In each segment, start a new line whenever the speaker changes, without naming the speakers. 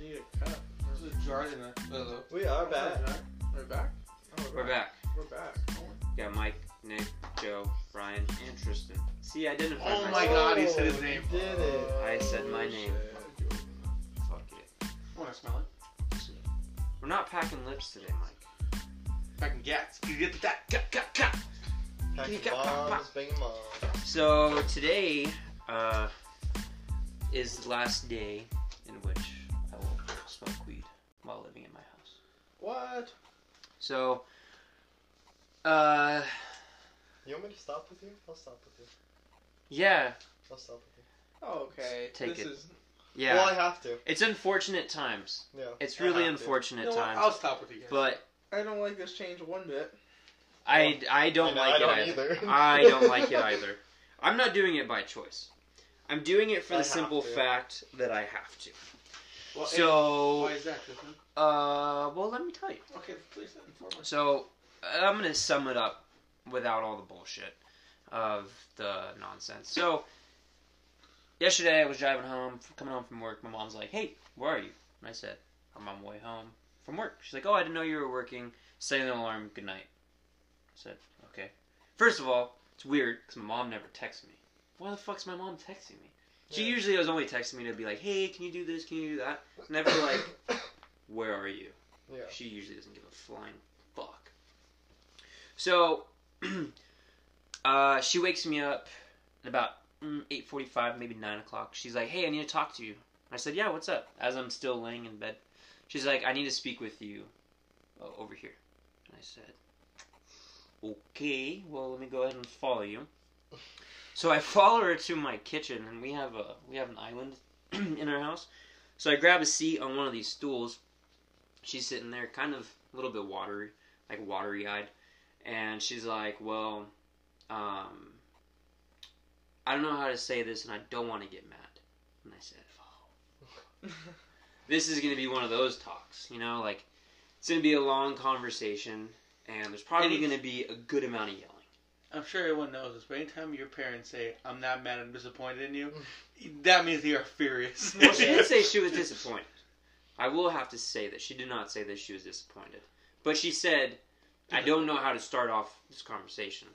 need a cup.
This is Jordan. Hello.
We are
Oh,
back.
We're back.
Oh,
We're back.
We're back.
Got Mike, Nick, Joe, Brian, and Tristan. See, I didn't
Oh
find
my
myself.
God, he said his
Oh,
name.
you Did it?
I said my
Oh,
name.
shit.
Fuck it.
Want to smell it?
We're not packing lips today, Mike.
Fucking gats. You get that? Gat, gat, gat.
Pack
Yeah.
your bombs, bang 'em on.
So today uh, is the last day in which I will smoke weed while living in my house.
What?
So, uh,
You want me to stop with you? I'll stop with you.
yeah,
I'll stop with you.
Okay.
Take
this
it.
is-
yeah.
Well, I have to.
it's unfortunate times.
Yeah.
It's
I
really
have to.
unfortunate
You know what?
times.
I'll stop with you guys.
But
I don't like this change one bit.
I, I don't
know,
like
I don't
it either.
either.
I don't like it either. I'm not doing it by choice. I'm doing it for
I
the
have
simple
to.
fact that I have to.
Well,
so,
why is that, Tristan?
uh, well, let me tell you.
Okay, please inform us.
So, I'm gonna sum it up without all the bullshit of the nonsense. So, yesterday I was driving home, coming home from work. My mom's like, "Hey, where are you?" And I said, "I'm on my way home from work." She's like, "Oh, I didn't know you were working. Setting an alarm. Good night." I said, "Okay." First of all, it's weird because my mom never texts me. Why the fuck's my mom texting me? She
Yeah.
usually was only texting me to be like, "Hey, can you do this? Can you do that?" Never like, "Where are you?"
Yeah.
She usually doesn't give a flying fuck. So, uh, she wakes me up at about mm, 8.45, maybe 9 o'clock. She's like, hey, I need to talk to you. I said, yeah, what's up? As I'm still laying in bed. She's like, I need to speak with you uh, over here. And I said, okay, well, let me go ahead and follow you. So I follow her to my kitchen, and we have a we have an island in our house. So I grab a seat on one of these stools, she's sitting there kind of a little bit watery like watery eyed and she's like well um i don't know how to say this and i don't want to get mad and i said "Oh." this is gonna be one of those talks you know like it's gonna be a long conversation and there's probably
Any-
gonna be a good amount of yelling
I'm sure everyone knows this, but anytime your parents say, I'm not mad, I'm disappointed in you, that means they are furious.
well she did say she was disappointed i will have to say that she did not say that she was disappointed but she said I don't know how to start off this conversation.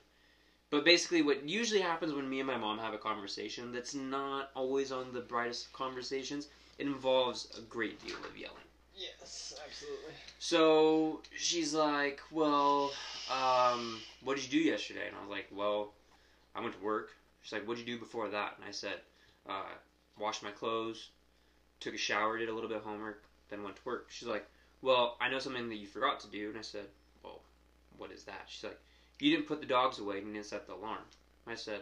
But basically, what usually happens when me and my mom have a conversation that's not always on the brightest of conversations, it involves a great deal of yelling.
Yes, absolutely.
So she's like, Well, um, what did you do yesterday? And I was like, Well, I went to work. She's like, What'd you do before that? And I said, uh, Washed my clothes, took a shower, did a little bit of homework, then went to work. She's like, Well, I know something that you forgot to do. And I said, Well, what is that? She's like, You didn't put the dogs away and you didn't set the alarm. And I said,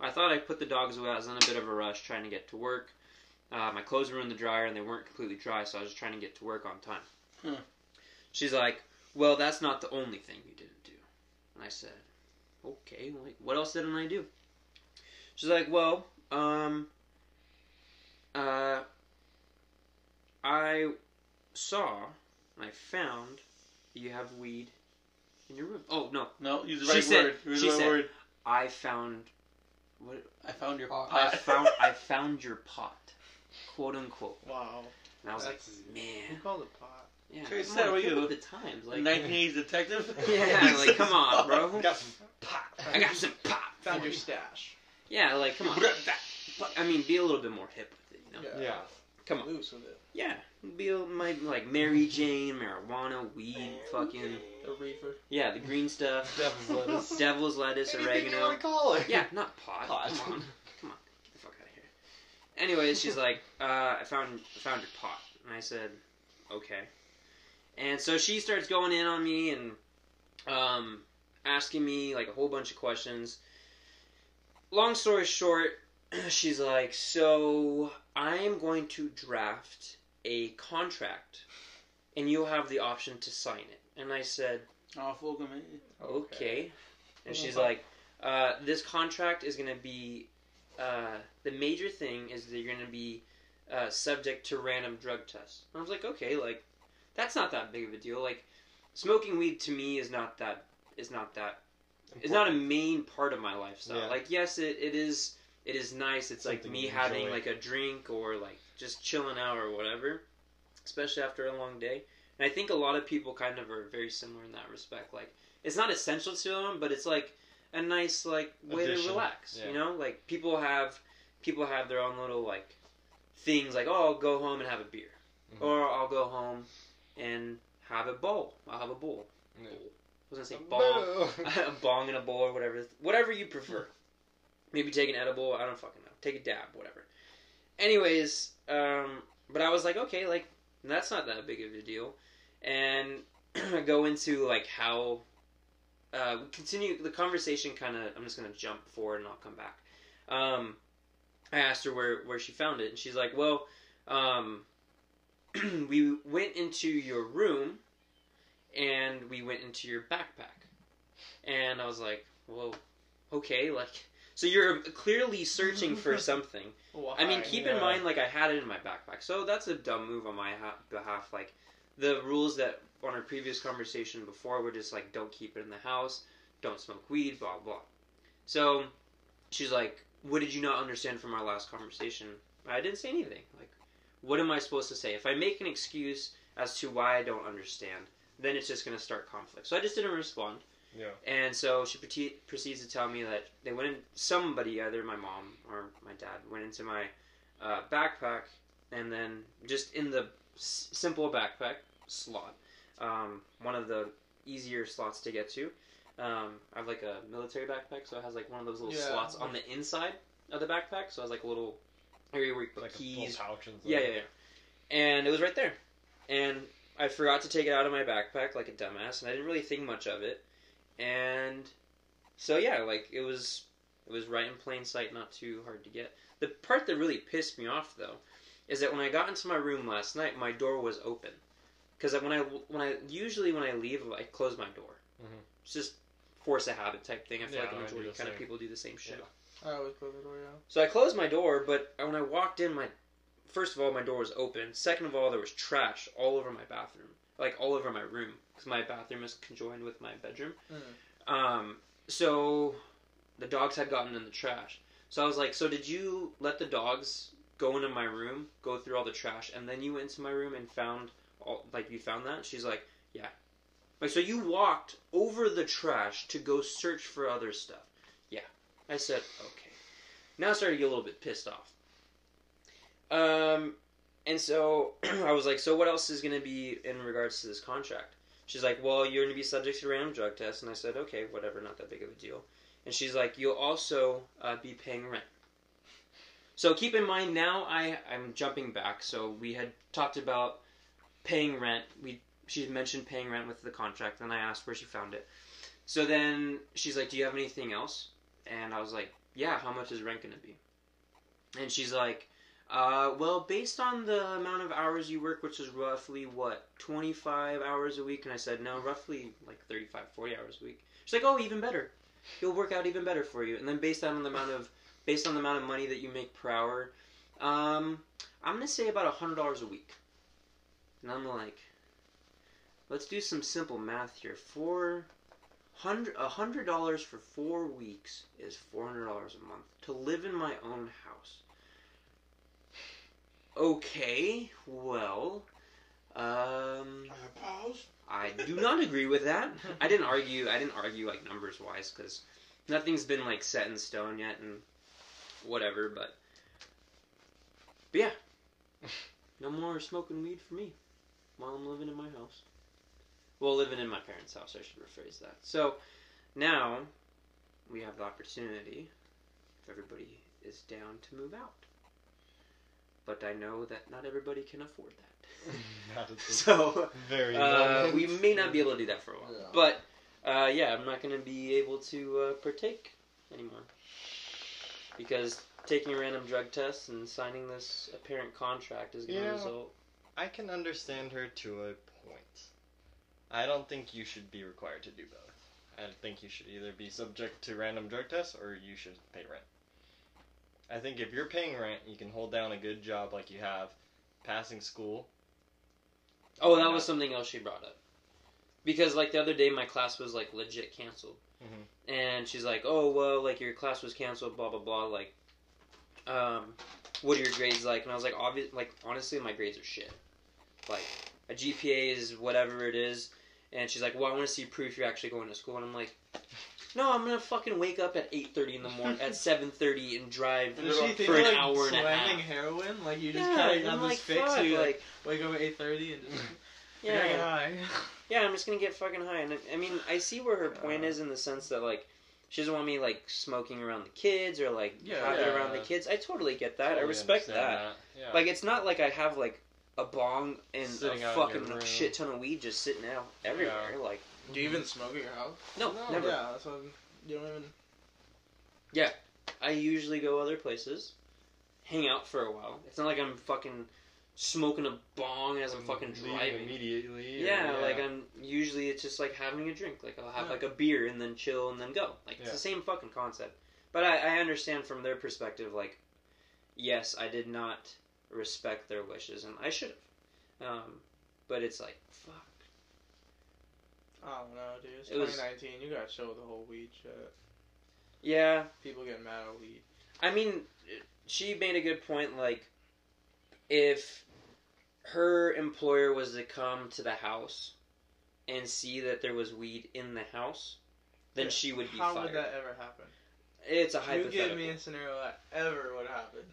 I thought I put the dogs away. I was in a bit of a rush trying to get to work. Uh, my clothes were in the dryer and they weren't completely dry, so I was just trying to get to work on time.
Hmm.
She's like, Well, that's not the only thing you didn't do. And I said, Okay, like, what else didn't I do? She's like, Well, um, uh, I saw and I found that you have weed in your room. Oh, no,
No, use the
She
right
said-
word. Use
she
the right
said-
word. Uh,
I found. What,
I found your pot.
I found I found your pot, quote unquote.
Wow.
And I was
That's-
like,
Who
man,
called it pot?
yeah,
Trey
come
said,
on,
what
keep
you-
up with the times,
A
like,
1980s detective?
yeah, like, come on, bro,
Got some pot.
I got some pop.
Found
for
your
you.
stash.
Yeah, like, come on. uh, I mean, be a little bit more hip with it, you know?
Yeah.
Come on.
Loose with it.
Yeah, be a, my like Mary Jane, marijuana, weed, fucking
The reefer.
yeah, the green stuff,
Devil's lettuce.
devil's lettuce,
Anything you
oregano.
want to call it.
Yeah, not pot.
Pot.
Come on, come on, get the fuck out of here. Anyways, she's like, uh, I found I found your pot, and I said, okay. And so she starts going in on me and um, asking me like a whole bunch of questions. Long story short, she's like, so I am going to draft a contract, and you'll have the option to sign it. And I said,
Oh, fuck me.
okay. And she's like, uh, this contract is going to be, uh, the major thing is that you're going to be uh, subject to random drug tests. And I was like, okay, like, that's not that big of a deal. Like, smoking weed to me is not that, is not that, it's not a main part of my lifestyle.
Yeah.
Like, yes, it, it is, it is nice. It's like
Something
me
you
having
enjoy.
like a drink or like just chilling out or whatever. especially after a long day. And I think a lot of people kind of are very similar in that respect. Like, it's not essential to them, but it's like a nice like way
Addition.
to relax.
Yeah.
You know, like people have people have their own little like things. Like, oh, I'll go home and have a beer,
Mhm.
or I'll go home and have a bowl. I'll have a bowl.
Yeah.
I was gonna say bong.
Boo.
a bong in a bowl or whatever, whatever you prefer. Maybe take an edible. I don't fucking know. Take a dab, whatever. Anyways, um, but I was like, okay, like that's not that big of a deal, and I go into like how uh, we continue the conversation. Kind of, I'm just gonna jump forward and I'll come back. Um, I asked her where where she found it, and she's like, well, um, we went into your room, and we went into your backpack. And I was like, well, okay, like, so you're clearly searching for something. I mean,
Why?
keep
Yeah.
in mind, like, I had it in my backpack, so that's a dumb move on my ha- behalf. Like, the rules that on our previous conversation before were just like, don't keep it in the house, don't smoke weed, blah blah. So she's like, what did you not understand from our last conversation? I didn't say anything. Like, what am I supposed to say? If I make an excuse as to why I don't understand, then it's just gonna start conflict. So I just didn't respond.
Yeah.
And so she prote- proceeds to tell me that they went in, somebody, either my mom or my dad, went into my uh, backpack and then just in the s- simple backpack slot, um, one of the easier slots to get to. Um, I have like a military backpack, so it has like one of those little
Yeah.
slots on the inside of the backpack, so it has like a little area where you put
Like
keys,
a full pouch and stuff.
yeah, yeah, yeah. And it was right there. And I forgot to take it out of my backpack like a dumbass, and I didn't really think much of it. And so yeah, like it was it was right in plain sight, not too hard to get. The part that really pissed me off though is that when I got into my room last night, my door was open. Cuz when I when I usually when I leave, I close my door.
Mhm.
It's just force a habit type thing. I feel
Yeah,
like the
I do
majority
the
kind of
same.
people do the same shit.
Yeah.
I always close the door. Yeah.
So I closed my door, but when I walked in, my first of all my door was open. Second of all, there was trash all over my bathroom, like all over my room, because my bathroom is conjoined with my bedroom. Um, so the dogs had gotten in the trash. So I was like, "So did you let the dogs go into my room, go through all the trash, and then you went into my room and found all like you found that?" She's like, "Yeah." Like, so you walked over the trash to go search for other stuff. Yeah. I said, okay. Now I started to get a little bit pissed off. Um, and so I was like, so what else is going to be in regards to this contract? She's like, well, you're going to be subject to random drug tests. And I said, okay, whatever, not that big of a deal. And she's like, you'll also uh, be paying rent. So keep in mind now I, I'm jumping back. So we had talked about paying rent. We she had mentioned paying rent with the contract. Then I asked where she found it. So then she's like, "Do you have anything else?" And I was like, "Yeah. How much is rent gonna be?" And she's like, uh, "Well, based on the amount of hours you work, which is roughly what 25 hours a week." And I said, "No, roughly like 35, 40 hours a week." She's like, "Oh, even better. It'll work out even better for you." And then based on the amount of based on the amount of money that you make per hour, um, I'm gonna say about hundred dollars a week. And I'm like, let's do some simple math here. Four hundred a hundred dollars for four weeks is four hundred dollars a month to live in my own house. Okay, well, um, I do not agree with that. I didn't argue. I didn't argue like numbers wise because nothing's been like set in stone yet and whatever. But, but yeah, no more smoking weed for me while I'm living in my house. Well, living in my parents' house. I should rephrase that. So now we have the opportunity, if everybody is down, to move out. But I know that not everybody can afford that.
Not at this
So.
very
Uh,
moment.
we may not be able to do that for a while.
Yeah.
But uh, yeah, I'm not going to be able to uh, partake anymore because taking random drug tests and signing this apparent contract is going to
Yeah.
result.
I can understand her to a point. I don't think you should be required to do both. I think you should either be subject to random drug tests or you should pay rent. I think if you're paying rent, you can hold down a good job like you have, passing school.
Oh, that was something else she brought up. Because like the other day, my class was like legit canceled,
Mhm.
Mm-hmm.
and she's like, "Oh well, like your class was canceled, blah blah blah." Like, um, what are your grades like? And I was like, "Obvious, like honestly, my grades are shit." like a GPA is whatever it is, and she's like, well, I want to see proof you're actually going to school, and I'm like, no, I'm gonna fucking wake up at eight thirty in the morning, at seven thirty, and drive
And she
for an hour and a
slamming
half.
heroin? Like you just
yeah,
kind
and
of
I'm
got
like,
this fix.
fuck,
so you like
like,
wake up at eight thirty and just
yeah,
yeah. high.
yeah, I'm just gonna get fucking high. And I- I mean, I see where her point
Uh.
is in the sense that like, she doesn't want me like smoking around the kids or like
Yeah,
popping
yeah.
around the kids. I totally get that. I
Totally
respect that.
understand Yeah.
Like it's not like I have like a bong and
Sitting
a
out in your
fucking
room.
shit ton of weed just sitting out everywhere. Like
Do you even smoke at your house?
no,
No,
never.
Yeah, that's what you don't even.
I usually go other places, hang out for a while. It's not like I'm fucking smoking a bong as I'm fucking
Leave
driving.
immediately. or-
Yeah, like I'm usually it's just like having a drink. Like I'll have
Yeah.
like a beer and then chill and then go. Like it's
Yeah.
the same fucking concept. But I, I understand from their perspective. Like, yes, I did not respect their wishes, and I should have. Um, but it's like fuck.
I don't know, dude. It's
It was-
2019. You gotta chill with the whole weed shit.
Yeah,
People getting mad at weed.
I mean, she made a good point. Like, if her employer was to come to the house and see that there was weed in the house, then
Yeah,
she would be
How
fired.
would that ever happen?
It's a
You
hypothetical.
give me a scenario that ever would happen.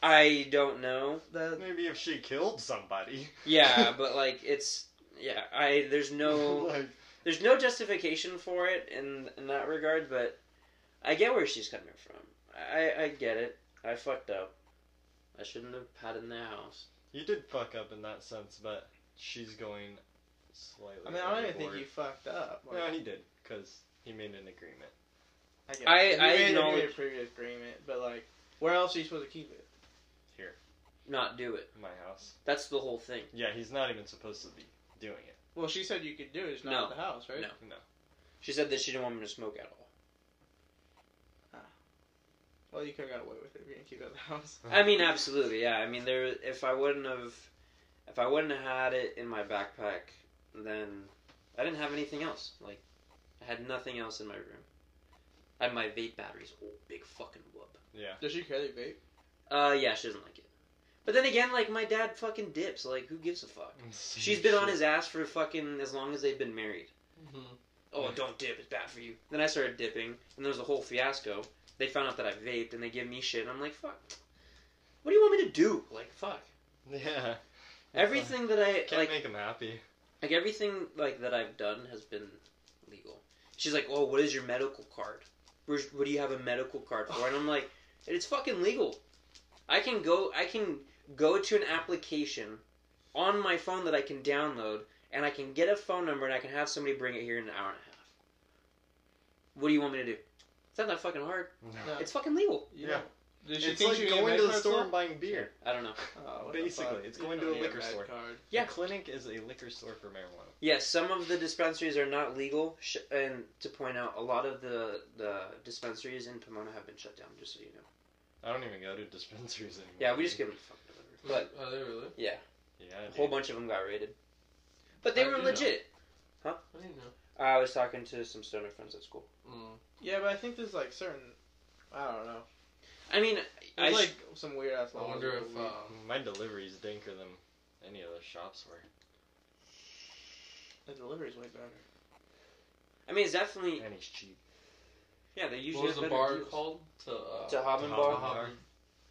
I don't know.
That
Maybe if she killed somebody.
Yeah, but like it's yeah. I there's no
like,
there's no justification for it in in that regard. But I get where she's coming from. I I get it. I fucked up. I shouldn't have had it in the house.
you did fuck up in that sense, but she's going slightly.
I mean, I don't even think
overboard.
you fucked up. Like,
No, he did because he made an agreement.
I, get
I-
it. You
I
made a
acknowledge-
agreement, previous agreement, but like, where else are you supposed to keep it?
Not do it.
in My house.
That's the whole thing.
Yeah, he's not even supposed to be doing it.
Well, she said you could do it. It's not
No.
at the house, right?
No.
No.
She said that she didn't want me to smoke at all.
Well, you could have got away with it if you didn't keep it at the house.
I mean, absolutely, yeah. I mean, there. If I wouldn't have, if I wouldn't have had it in my backpack, then I didn't have anything else. Like, I had nothing else in my room. I had my vape batteries. Oh, big fucking whoop.
Yeah.
Does she carry vape?
Uh, yeah, she doesn't like it. But then again, like my dad fucking dips. Like, who gives a fuck? She's been on his ass for fucking as long as they've been married.
Mm-hmm.
Oh, don't dip. It's bad for you. Then I started dipping, and there was a whole fiasco. They found out that I vaped, and they give me shit. And I'm like, fuck. What do you want me to do? Like, fuck.
Yeah.
Everything that I
Can't
like,
make him happy.
like everything like that I've done has been legal. She's like, "Oh, what is your medical card? Where's, what do you have a medical card for?" And I'm like, "It's fucking legal. I can go. I can go to an application on my phone that I can download, and I can get a phone number, and I can have somebody bring it here in an hour and a half. What do you want me to do? It's not that fucking hard.
No.
It's fucking legal.
You
Yeah.
don't- Does she
It's
think
like
she can
going
get
to
a
the
med
store and
card?
buying beer.
I don't know.
Oh, what the
Basically,
fuck?
it's
You
going
don't
to a
need
liquor
med
store.
Card.
Yeah.
The clinic is a liquor store for marijuana.
Yes, some of the dispensaries are not legal, sh- and to point out, a lot of the, the dispensaries in Pomona have been shut down. Just so you know.
I don't even go to dispensaries anymore.
Yeah, we just give them a fuck delivery. But
Oh,
Are they really?
yeah,
Yeah.
a
dude.
whole bunch of them got raided, but they
I
were
do
legit.
I didn't know.
I was talking to some stoner friends at school.
Mm.
Yeah, but I think there's like certain. I don't know.
I mean, I
There's
sh-
like some weird ass. laws with weed.
My delivery's dinker than any other shops were.
the delivery's way better.
I mean, it's definitely
And he's cheap.
yeah. They
What
usually
was
have
the
better
bar
deals.
called? To, uh,
Tahab and
Tahab
Bar.
and Bar.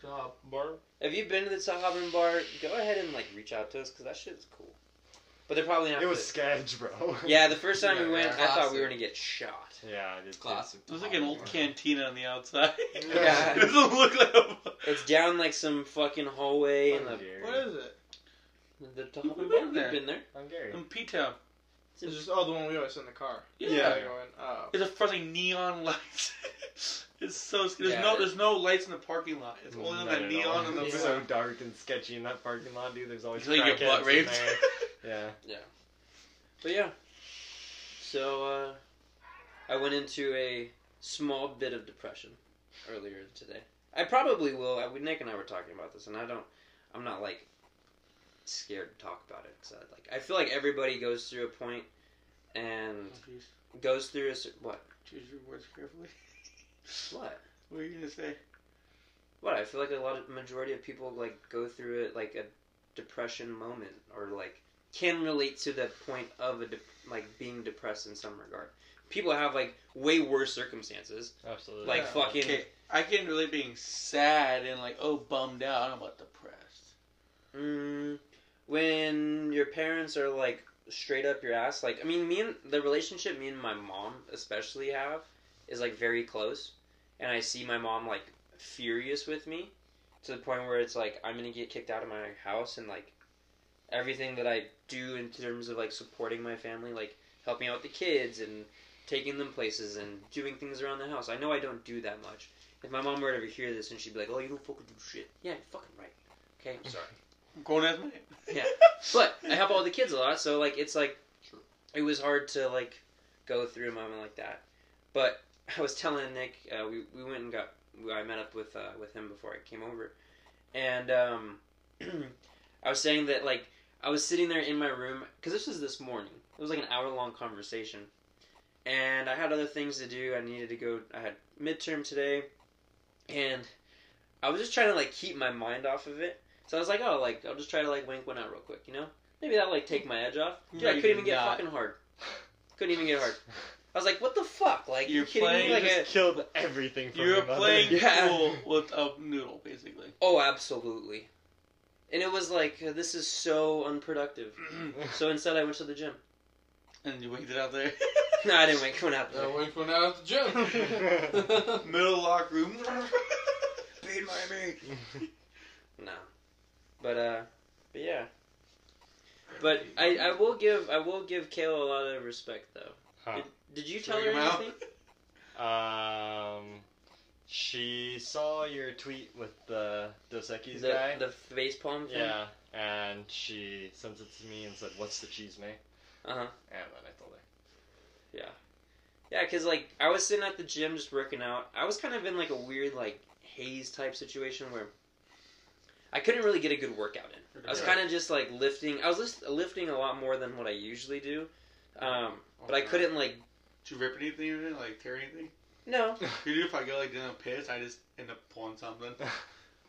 Tahab Bar.
If you've been to the Tahabin Bar, go ahead and like reach out to us because that shit is cool. But they're probably not.
It was
the-
sketch, bro.
Yeah, the first time we
Yeah,
went, I
classic.
thought we were gonna get shot.
Yeah, I did too.
Classic.
It was like an old
Tahab
cantina on the outside.
Yeah.
it doesn't look like a.
It's down like some fucking hallway in
I'm
the
Gary.
What is it?
the Tahabin Bar.
We've
We've
been
been,
there.
there.
I'm Gary.
In P Town.
It's in-
It's just oh the one we always sit in the car.
Yeah.
Going, oh.
It's a fucking neon lights. it's so sc- there's
Yeah,
no
it-
there's no lights in the parking lot. It's only
Not
the
at
neon
all.
and the
It's
Yeah.
so dark and sketchy in that parking lot, dude. There's always
Until you get
crackheads
butt
in
raped.
there. Yeah.
But yeah. So uh, I went into a small bit of depression earlier today. I probably will. I, Nick and I were talking about this, and I don't. I'm not like scared to talk about it. Cause I, like I feel like everybody goes through a point and
Jeez.
goes through a cer- what
Choose your words carefully.
what
What are you gonna say?
what. I feel like a lot of majority of people like go through it like a depression moment or like can relate to the point of a de- like being depressed in some regard. People have like way worse circumstances.
Absolutely.
Like
Yeah.
fucking
Okay, I can relate being sad and like oh bummed out. I'm about depressed.
Mm, when your parents are like straight up your ass, like I mean, me and the relationship me and my mom especially have is like very close, and I see my mom like furious with me to the point where it's like I'm gonna get kicked out of my house and like everything that I do in terms of like supporting my family, like helping out with the kids and taking them places and doing things around the house. I know I don't do that much. If my mom were to ever hear this and she'd be like, "Oh, you don't fucking do shit." Yeah, you're fucking right. Okay, I'm sorry.
I'm going as man.
Yeah, But I help all the kids a lot, so like it's like
True.
it was hard to like go through a moment like that. But I was telling Nick, uh, we we went and got I met up with uh, with him before I came over, and um, I was saying that like I was sitting there in my room because this was this morning. It was like an hour long conversation, and I had other things to do. I needed to go. I had midterm today, and I was just trying to like keep my mind off of it. So I was like, oh, like I'll just try to like wink one out real quick, you know? Maybe that'll like take my edge off. Dude,
No,
I
you
couldn't even
did
get
not.
fucking hard. Couldn't even get hard. I was like, what the fuck? Like you
You're
kidding
playing
me? Like uh,
just
a,
killed everything. For
You're
me, mother.
playing
Yeah.
pool with a noodle, basically.
oh, absolutely. And it was like this is so unproductive. So instead, I went to the gym.
and you winked it out there.
No, I didn't wink one out.
That
there.
went for now at the gym.
Middle locker room.
Beat Miami. No. But uh but yeah. But I, I will give I will give Kayla a lot of respect though.
Huh.
Did, did you
Should
tell
we
her
ring him out?
anything?
Um, she saw your tweet with the Dos Equis guy.
The, the face palm thing?
yeah, and she sent it to me and said, "What's the cheese, mate?"
Uh-huh.
And then I told her.
Yeah, because, like, I was sitting at the gym just working out. I was kind of in, like, a weird, like, haze type situation where I couldn't really get a good workout in. I was kind of just, like, lifting. I was just lifting a lot more than what I usually do. Um, but I couldn't, like,
Did you rip anything or anything? Like tear anything?
no.
You do if I go like in a piss, I just end up pulling something.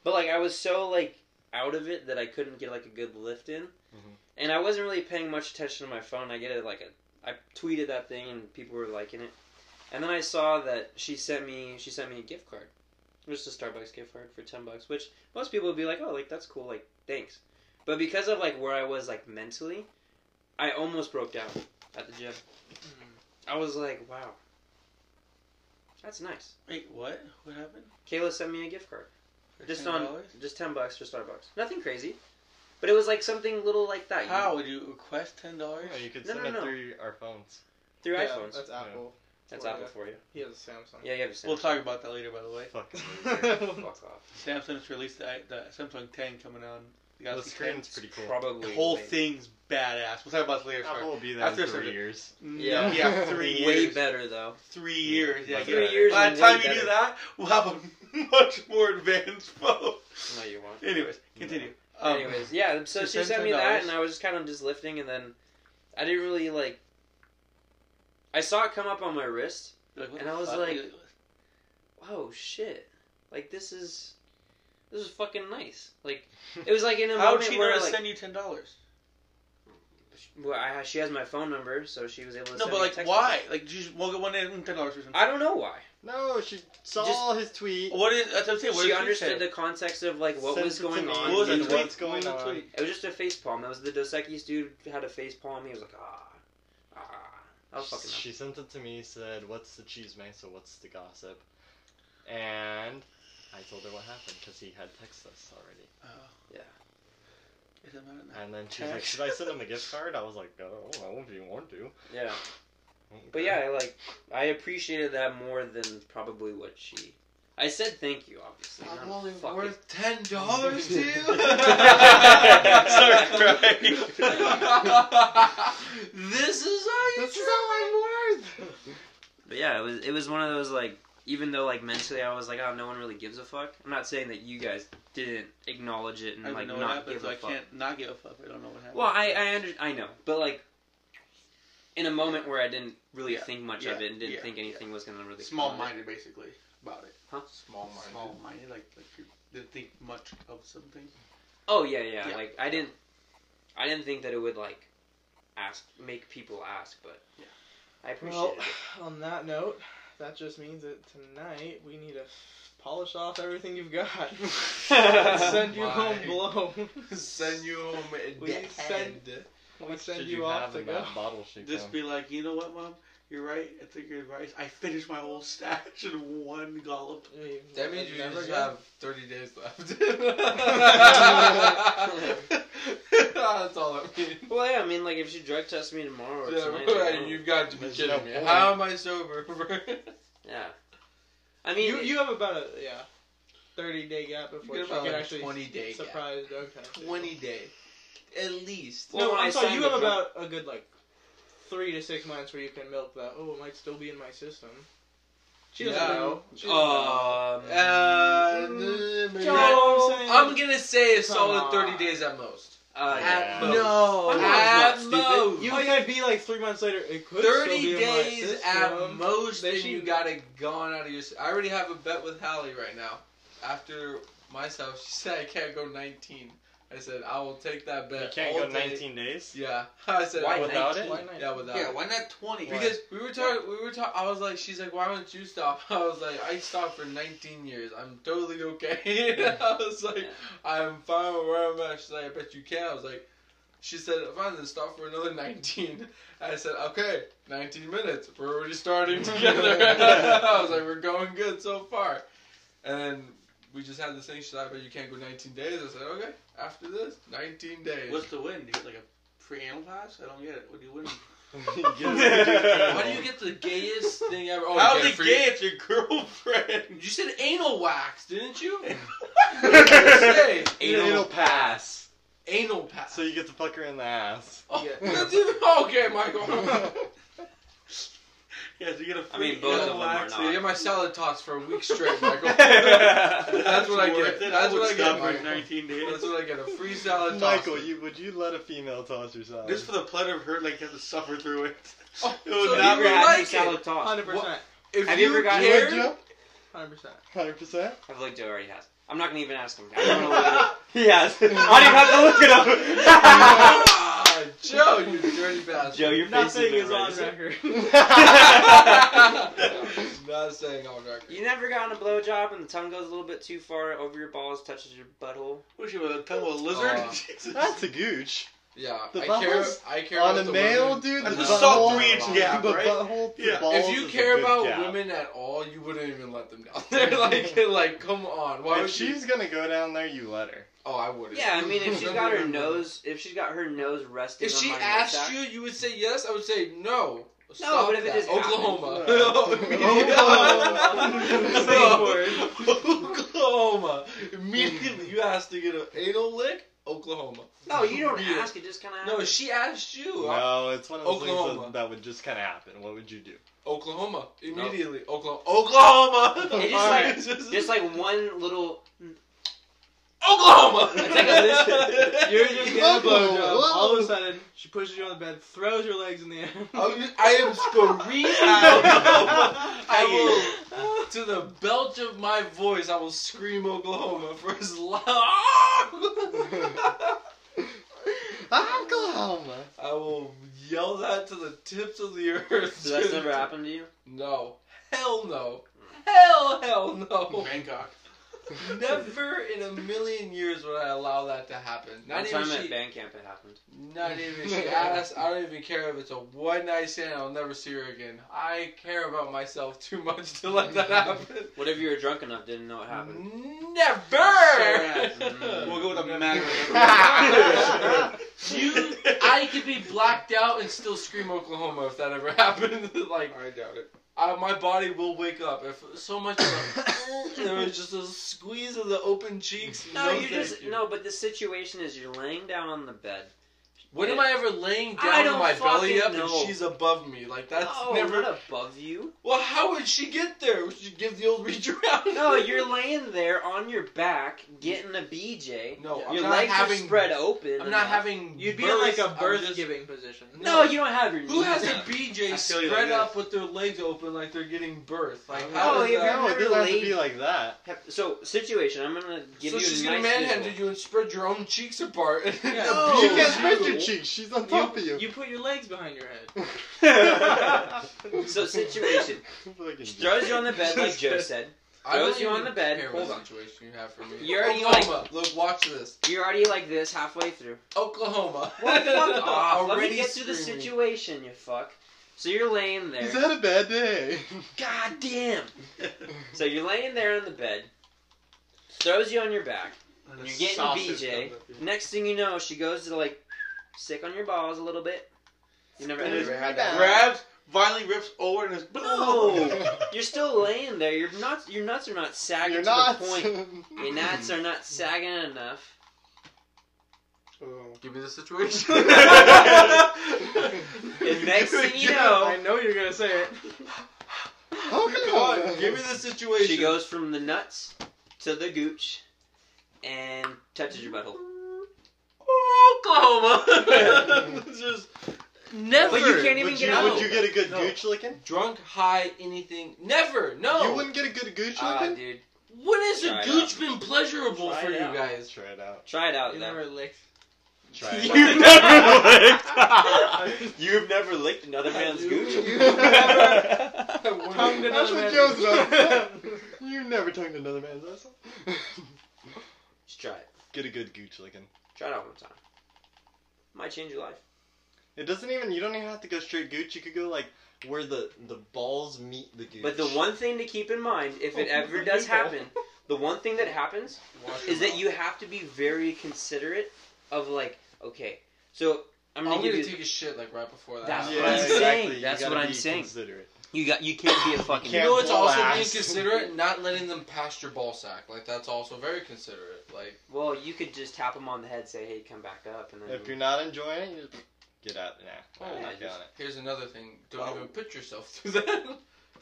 But, like, I was so, like, out of it that I couldn't get, like, a good lift in.
Mhm.
And I wasn't really paying much attention to my phone. I get it, like, a, I tweeted that thing and people were liking it. And then I saw that she sent me she sent me a gift card. It was just a Starbucks gift card for ten bucks, which most people would be like, "Oh, like that's cool, like thanks." But because of like where I was like mentally, I almost broke down at the gym. I was like, "Wow, that's nice."
Wait, what? What happened?
Kayla sent me a gift card,
For
just
$10?
on just ten bucks for Starbucks. Nothing crazy, but it was like something little like that. You-
How would you request ten dollars?
Yeah, you could
No,
send
no,
it
no.
through our phones.
through
Yeah,
iPhones. That's,
That's Apple. for
Apple
you.
for you.
He has a Samsung.
Yeah, you have a Samsung.
We'll talk about that later, by the way.
Fuck.
Fuck off.
Samsung's released the, the Samsung 10 coming on. You gotta
the
see
screen's
10.
pretty cool.
Probably
The whole
way-
thing's badass. We'll talk about it later.
Apple
Sorry.
will be there in
After
three
surgery.
years. Yeah.
Yeah, yeah, three years.
Way better though.
Three years. Yeah,
Like
give it-
three years
By
and
the time
way
you do
better.
that, we'll have a much more advanced phone.
No, you won't.
Anyways, continue. Um,
Anyways, yeah. So
she
she
sent
sent me that,
$10.
and I was just kind of just lifting, and then I didn't really like. I saw it come up on my wrist.
you're like, what
And
the
I was
fuck?
like- Oh shit! Like this is, this is fucking nice. Like it was like in a
how would
moment
she know
where
to
like,
send you ten dollars?
well, I, she has my phone number, so she was able to.
No,
send
but
me a
like,
text
why?
message.
Like, just we'll get one day ten dollars or something.
I don't know why.
No, she saw his tweet.
What is? That's what I'm saying. What
she
did you say?
understood the context of like what
Sent
was
it to
going
me.
on.
What was the
and
and
tweet?
what-
what's going
What was the
on.
tweet?
It was just a face palm. That was the Dos Equis dude had a face palm. He was like, ah, ah. I was fucking.
She sent it to me, said, What's the cheese, man? So, what's the gossip? And I told her what happened because he had texted us already.
Oh.
Yeah.
Is it mad at that?
And then she's like,
Text.
Should I send him a gift card? I was like, No, I don't know if you want to.
Yeah.
Okay.
But yeah, I like I appreciated that more than probably what she. I said thank you, obviously.
I'm
not
only
fucking-
worth ten dollars to you.
this is how you.
This is all I'm worth.
But yeah, it was it was one of those like even though like mentally I was like oh no one really gives a fuck. I'm not saying that you guys didn't acknowledge it
I
and
don't
like
know
not
what
give
happened, so
a
I
fuck.
can't not give a fuck. I don't know what happened.
Well, I I under, I know, but like in a moment where I didn't really
Yeah.
think much of
Yeah.
it and didn't
Yeah.
think anything was gonna really come
small
of it.
minded, basically, about it.
Small minded.
Small minded, like like you didn't think much of something.
Oh yeah, yeah.
Yeah.
Like I didn't I didn't think that it would like ask make people ask, but
Yeah.
I appreciate
Well,
it.
on that note, that just means that tonight we need to polish off everything you've got. send you
Why?
home blown.
send you home
We
dead.
send- we send
Did
you,
you
off
have
to
in
go.
that bottle she
Just
found?
be like, you know what, mom? You're right. I think you're right. I finished my whole stash in one gallop.
We've
That means you
never
just
got-
have 30 days left. That's all it means.
Well, yeah, I mean, like if she drug tests me tomorrow or
Yeah,
tonight, I
right,
don't-
you've got to be
There's
kidding
no
me.
point.
How am I sober?
yeah. I mean, um,
You you have about a yeah, thirty day gap before you,
You're about
can
like
actually
20 day gap.
surprise drug test.
20 days. At least.
Well,
no,
when I
I'm sorry.
signed
You
the
have
drug-
about a good like three to six months where you can milk that. Oh, it might still be in my system. She doesn't
No.
know. She doesn't know.
um,
Uh,
um,
You know what I'm saying?
I'm gonna say a
Come
solid
on.
30 days at most.
uh, yeah.
Yeah.
At most.
No.
I'm
at
not stupid.
most.
You, oh yeah, it'd be like three months later. It could still
30
be in my
days at
system.
most,
They
and
should-
you got it gone out of your. s- I already have a bet with Hallie right now. After myself, she said I can't go 19. I said I will take that
you
bet.
can't
all
go
day."
19 days.
Yeah, I said
Why
I will-
without
Why
it?
not?
Yeah, without.
Yeah,
it.
why not 20?
Because we were talking, we were talking. I was like, she's like, why don't you stop? I was like, I stopped for 19 years. I'm totally okay. I was like,
Yeah.
I'm fine with where I'm at. She's like, I bet you can. I was like, she said, fine, then stop for another 19. I said, okay, 19 minutes. We're already starting together. I was like, we're going good so far. And then we just had this thing. She's like, I bet you can't go 19 days. I said, okay, after this, 19 days.
What's the win? Do you get like a free animal pass? I don't get it. What do you win?
Why do you get the gayest thing ever? Oh,
How
you get
the
free-
gay it's your girlfriend?
You said anal wax, didn't you?
Say,
Say,
Anal,
anal,
pass.
anal pass.
So you get to fuck her in the ass.
Oh,
Yeah.
that's even- okay, Michael.
yeah, so you get a free
I mean, both
animal
of them are
wax.
So you get my salad tots for a week straight, Michael.
That's
That's what I get.
worth it.
That's
would
what I get,
stop
Michael.
for 19 days.
That's what I get, a free salad toss.
Michael, you, would you let a female toss your salad?
Just for the pleasure of her, like, you have to suffer through it.
Oh,
It would
so
not
you
be-
like it.
salad toss.
Hundred percent.
If
Have you ever gotten
cared-
Would you?
Hundred percent.
100%?
I've looked it already has. I'm not gonna even ask him. I don't know what it is.
Yes. I didn't have to look it
Ah, Joe, you dirty bastard.
Joe, your face
Nothing
is
is
red.
on record.
Not saying on record.
You never gotten a blowjob and the tongue goes a little bit too far over your balls, touches your butthole.
Wish you was a tongue of a lizard.
Aw.
Jesus.
That's a gooch.
Yeah,
The
I care.
balls
I care
On
about
a
the
male,
women.
dude,
That's
the
a solid
butthole-
three-inch gap,
the
right?
butthole, the
Yeah. If
balls
if you
is a
care
good
about
gap.
women at all, you wouldn't even let them down there. like, like, come on. Why
if
would you?
she's gonna go down there, you let her.
Oh, I wouldn't.
Yeah, I mean, if she's got her nose, if she's got her nose resting.
If
on
she
my
asked
nutsack-
you, you would say yes. I would say no. Stop
but if it
that.
just
Oklahoma,
happens.
Oklahoma,
Big
Oklahoma, immediately you asked to get an anal lick. Oklahoma.
no, you don't
Yeah.
ask. It just kind of
No, she asked you.
No, it's one of those things
Oklahoma.
that, that would just kind of happen. What would you do?
Oklahoma, immediately. Oklahoma, Oklahoma.
It just like- just like one little.
Oklahoma.
It's like a listen.
You're just getting a
Whoa,
blowjob.
whoa.
All of a sudden, she pushes you on the bed, throws her legs in the air.
I'm just- I am screaming out. I will, to the belch of my voice, I will scream Oklahoma for as long.
Oklahoma.
I will yell that to the tips of the earth.
So that's never happened to you.
No. Hell no. Hell, hell no.
Bangkok.
Never in a million years would I allow that to happen. Not
One
even
time at
she.
band camp, it happened.
Not even she asked. I don't even care if it's a one night stand. I'll never see her again. I care about myself too much to let that happen.
What if you were drunk enough, didn't know it happened?
Never.
We'll go with a
Never.
magnet.
You- I could be blacked out and still scream Oklahoma if that ever happened. like
I doubt it.
I, my body will wake up if so much. Of a, there was just a squeeze of the open cheeks.
No, you
thank
just
you.
no. But the situation is, you're laying down on the bed.
When am I ever laying
I
down
don't
on my belly
fucking
up and
know.
she's above me? Like that's
no,
never.
Oh, not above you.
Well, how would she get there? Would she give the old reach around?
No, you're laying there on your back getting a BJ.
No, I'm
your
not
legs
having.
are spread open.
I'm not
enough.
having.
You'd be
birth,
in like a
I'm
birth
just-
giving position.
No, you don't have your.
Who
knees
has a
up.
BJ
I feel you like
spread
this.
up with their legs open like they're getting birth? Like
Oh,
how
no,
does
if
that-
you're-
No, it doesn't have to
Really?
be like that.
Have- So situation, I'm gonna give
so
you
she's
a
gonna
nice
manhandle
visual.
you and spread your own cheeks apart. And
Yeah.
abuse
you
No.
can't spread
you.
your cheeks. She's on
You-
top of you.
You put your legs behind your head.
So situation,
Fucking
she throws you on the bed like Joe said.
I
Throws
don't
you
even
on the bed.
care
Hold
what
on.
situation you have for me.
You're already
Oklahoma. Look, watch this.
You're already like this halfway through.
Oklahoma.
Well, fuck off. Let
Already
me get to the
screaming.
situation, you fuck. So you're laying
He's
there.
had a bad day.
God damn. So you're laying there on the bed. Throws you on your back.
And
You're getting
sausage
BJ.
comes up here.
Next thing you know, she goes to like stick on your balls a little bit. You never
And
had
it's
that.
right back.
Grabs, violently rips over, and is
No. You're still laying there. Your nuts, your nuts are not sagging
You're
to
not.
the point. Your nuts are not sagging enough.
Give me the situation.
Oh,
And next thing you
I
know,
know you're gonna say it.
Come on, give me the situation.
she goes from the nuts to the gooch and touches your butthole.
Oklahoma. Just never.
But you can't even
would,
get
you,
out.
would you get a good
No.
gooch licking?
drunk, high, anything. Never. No.
You wouldn't get a good gooch
Ah,
licking?
dude,
When has
Try
a
it
gooch been pleasurable
Try
for
it
you
out.
guys?
Try it out.
try it out
You
though.
never licked.
Try
You
it
You've
out.
never licked.
You've never licked another man's
You-
gooch.
you-
Tongued
That's what
another man's
Joe's
gooch.
about. you never tongued another man's asshole.
Just try it.
get a good gooch licking.
Try it out one time. Might change your life.
It doesn't even. You don't even have to go straight gooch. You could go like where the the balls meet the gooch.
But the one thing to keep in mind, if it
Oh,
ever does
people.
happen, the one thing that happens is that you have to be very considerate of like, okay, so I'm
I'm
gonna
gonna
give you.
take a shit like right before that.
Yeah,
That's what I'm
exactly.
saying.
You
That's
gotta
what I'm
be
saying.
Considerate.
you got. You can't be a fucking.
You
can't
know it's also
Bull
being
ass.
considerate, not letting them past your ball sack. Like that's also very considerate. Like
Well, you could just tap him on the head, say, "Hey, come back up," and then.
If you're not enjoying it, you just get out and act.
Oh,
I'm
yeah,
not
just-
feeling it.
here's another thing: don't
Well-
even put yourself through that.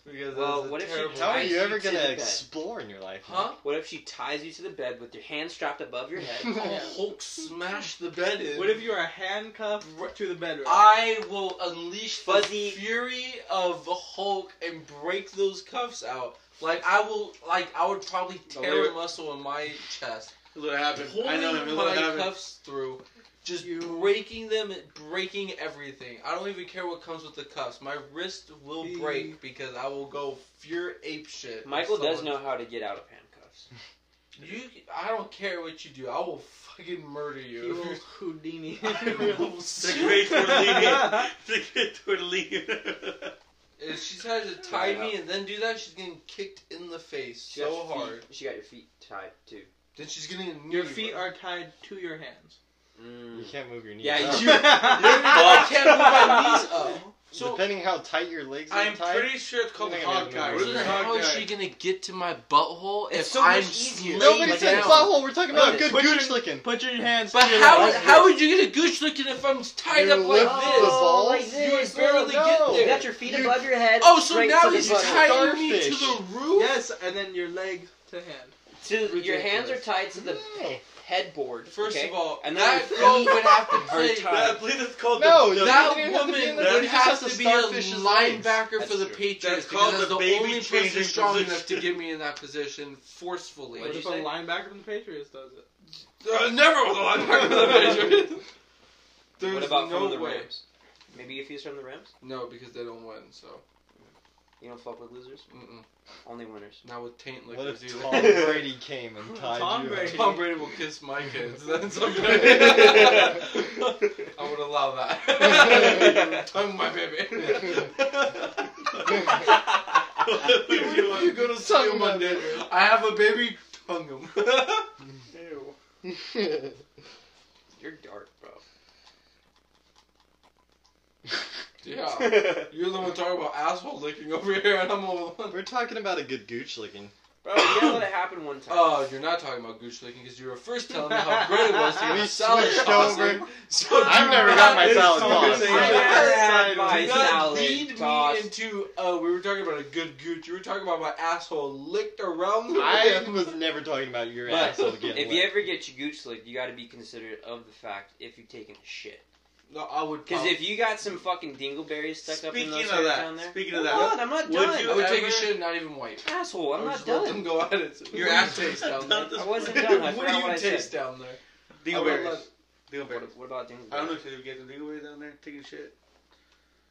because
Well,
that's a
what if she
terrible.
How are
Ties
you
you
ever
to
gonna
the bed.
explore in your life?
Huh?
What if she ties you to the bed with your hands strapped above your head?
I'll
Yeah.
Hulk smash the bed in.
What if you are handcuffed to the bedroom?
I will unleash the
Fuzzy-
fury of the Hulk and break those cuffs out. Like I will, like I would probably
Oh,
tear
there-
a muscle in my chest,
Look what happened.
pulling
I know him. Look
my
what happened.
cuffs through, just
You-
breaking them, breaking everything. I don't even care what comes with the cuffs. My wrist will
He-
break because I will go fear ape shit.
Michael does know how to get out of handcuffs.
You, I don't care what you do. I will fucking murder
He
you.
will Houdini.
I will
The great Houdini. The kid would
If she tries to tie me and then do that, she's getting kicked in the face
She
so
got your
hard.
feet- She got your feet tied too.
Then she's getting a knee
Your feet are tied to your hands.
You
Mm.
can't move your knees.
Yeah,
up.
you- I can't move my knees up. So
Depending how tight your legs are
I'm
tied.
pretty sure it's called
I
the
think I
hog
know
tie.
what it
It's
is.
called
how
hog
is
tie.
she gonna get to my butthole
It's
if
so much
I'm
easier.
laying
Nobody said
down?
butthole. We're talking about
Put
good
your-
gooch licking.
Put your hands.
But
to your
how
legs.
how would you get a gooch licking if I'm tied
You
up like
lift
Oh,
the
this?
balls.
like this.
You would barely get
No.
Oh.
there.
You got your feet
You-
above your head.
Oh, so
straight
now
to the
he's
butt.
tied-
tying me to
Starfish.
the roof?
Yes, and then your leg to hand.
To, your hands are
Ridiculous.
tied to the headboard.
First
okay?
of all,
And
and
then
that
the
girl
feet
would have to
are
play.
tied.
I believe it's called
No,
the,
you
the,
That
didn't even have to be in the-
woman would
you just
have
have
to
to
be a
starfish his legs.
linebacker for
That's
the
true.
Patriots.
That's
because
called
that's
the
the,
baby
only person
changing
strong
position.
enough to get me in that position forcefully.
What'd
What
you
if a
say?
linebacker from the Patriots does it?
Uh, never will I linebacker the Patriots. There's
what about
no
from the
way.
Rams? Maybe if he's from the Rams,
No, because they don't win. So,
you don't fuck with losers,
Mm-mm.
only winners.
not with taint
What
lickers
if
either.
Tom Brady came and tied
Tom
you?
Brady.
Tom Brady will kiss my kids. That's okay.
Brady.
I would allow that. Tongue my baby.
you
go to
Tongue my baby.
I have a baby. Tongue him.
You're dark, bro.
yeah. You're the one talking about asshole licking over here, and I'm all.
We're talking about a good gooch licking.
Bro, you gotta let it happen one time.
Oh, you're not talking about gooch licking because you were first telling me how great it was to get
We
a salad
switched
tossing.
over.
So
I've
do
never
not-
got my
this
salad
conversation-
tossed.
I never had my
Do not
salad
lead me
tossed.
into. Oh, we were talking about a good gooch. You were talking about my asshole licked around the
I
rim.
was never talking about your
But
asshole again.
if you ever get your gooch licked, you gotta be considerate of the fact if you're taking a shit.
No, I would.
Because
probably-
if you got some fucking dingleberries stuck up in
Speaking
those
of
hairs
that,
down there,
speaking of
Hold
that,
on, I'm not
would
done.
I would take
ever-
a shit and not even wipe.
asshole,
I
I'm
would
not
just let
done.
them go at it.
Your
What do
ass
you taste down there.
I wasn't
What
done. I
What do
forgot
you
what I
taste
said.
down there?
Dingleberries.
let-
Dingleberries.
What, what about
I don't know
dingleberries?
if you get the dingleberries down there taking shit.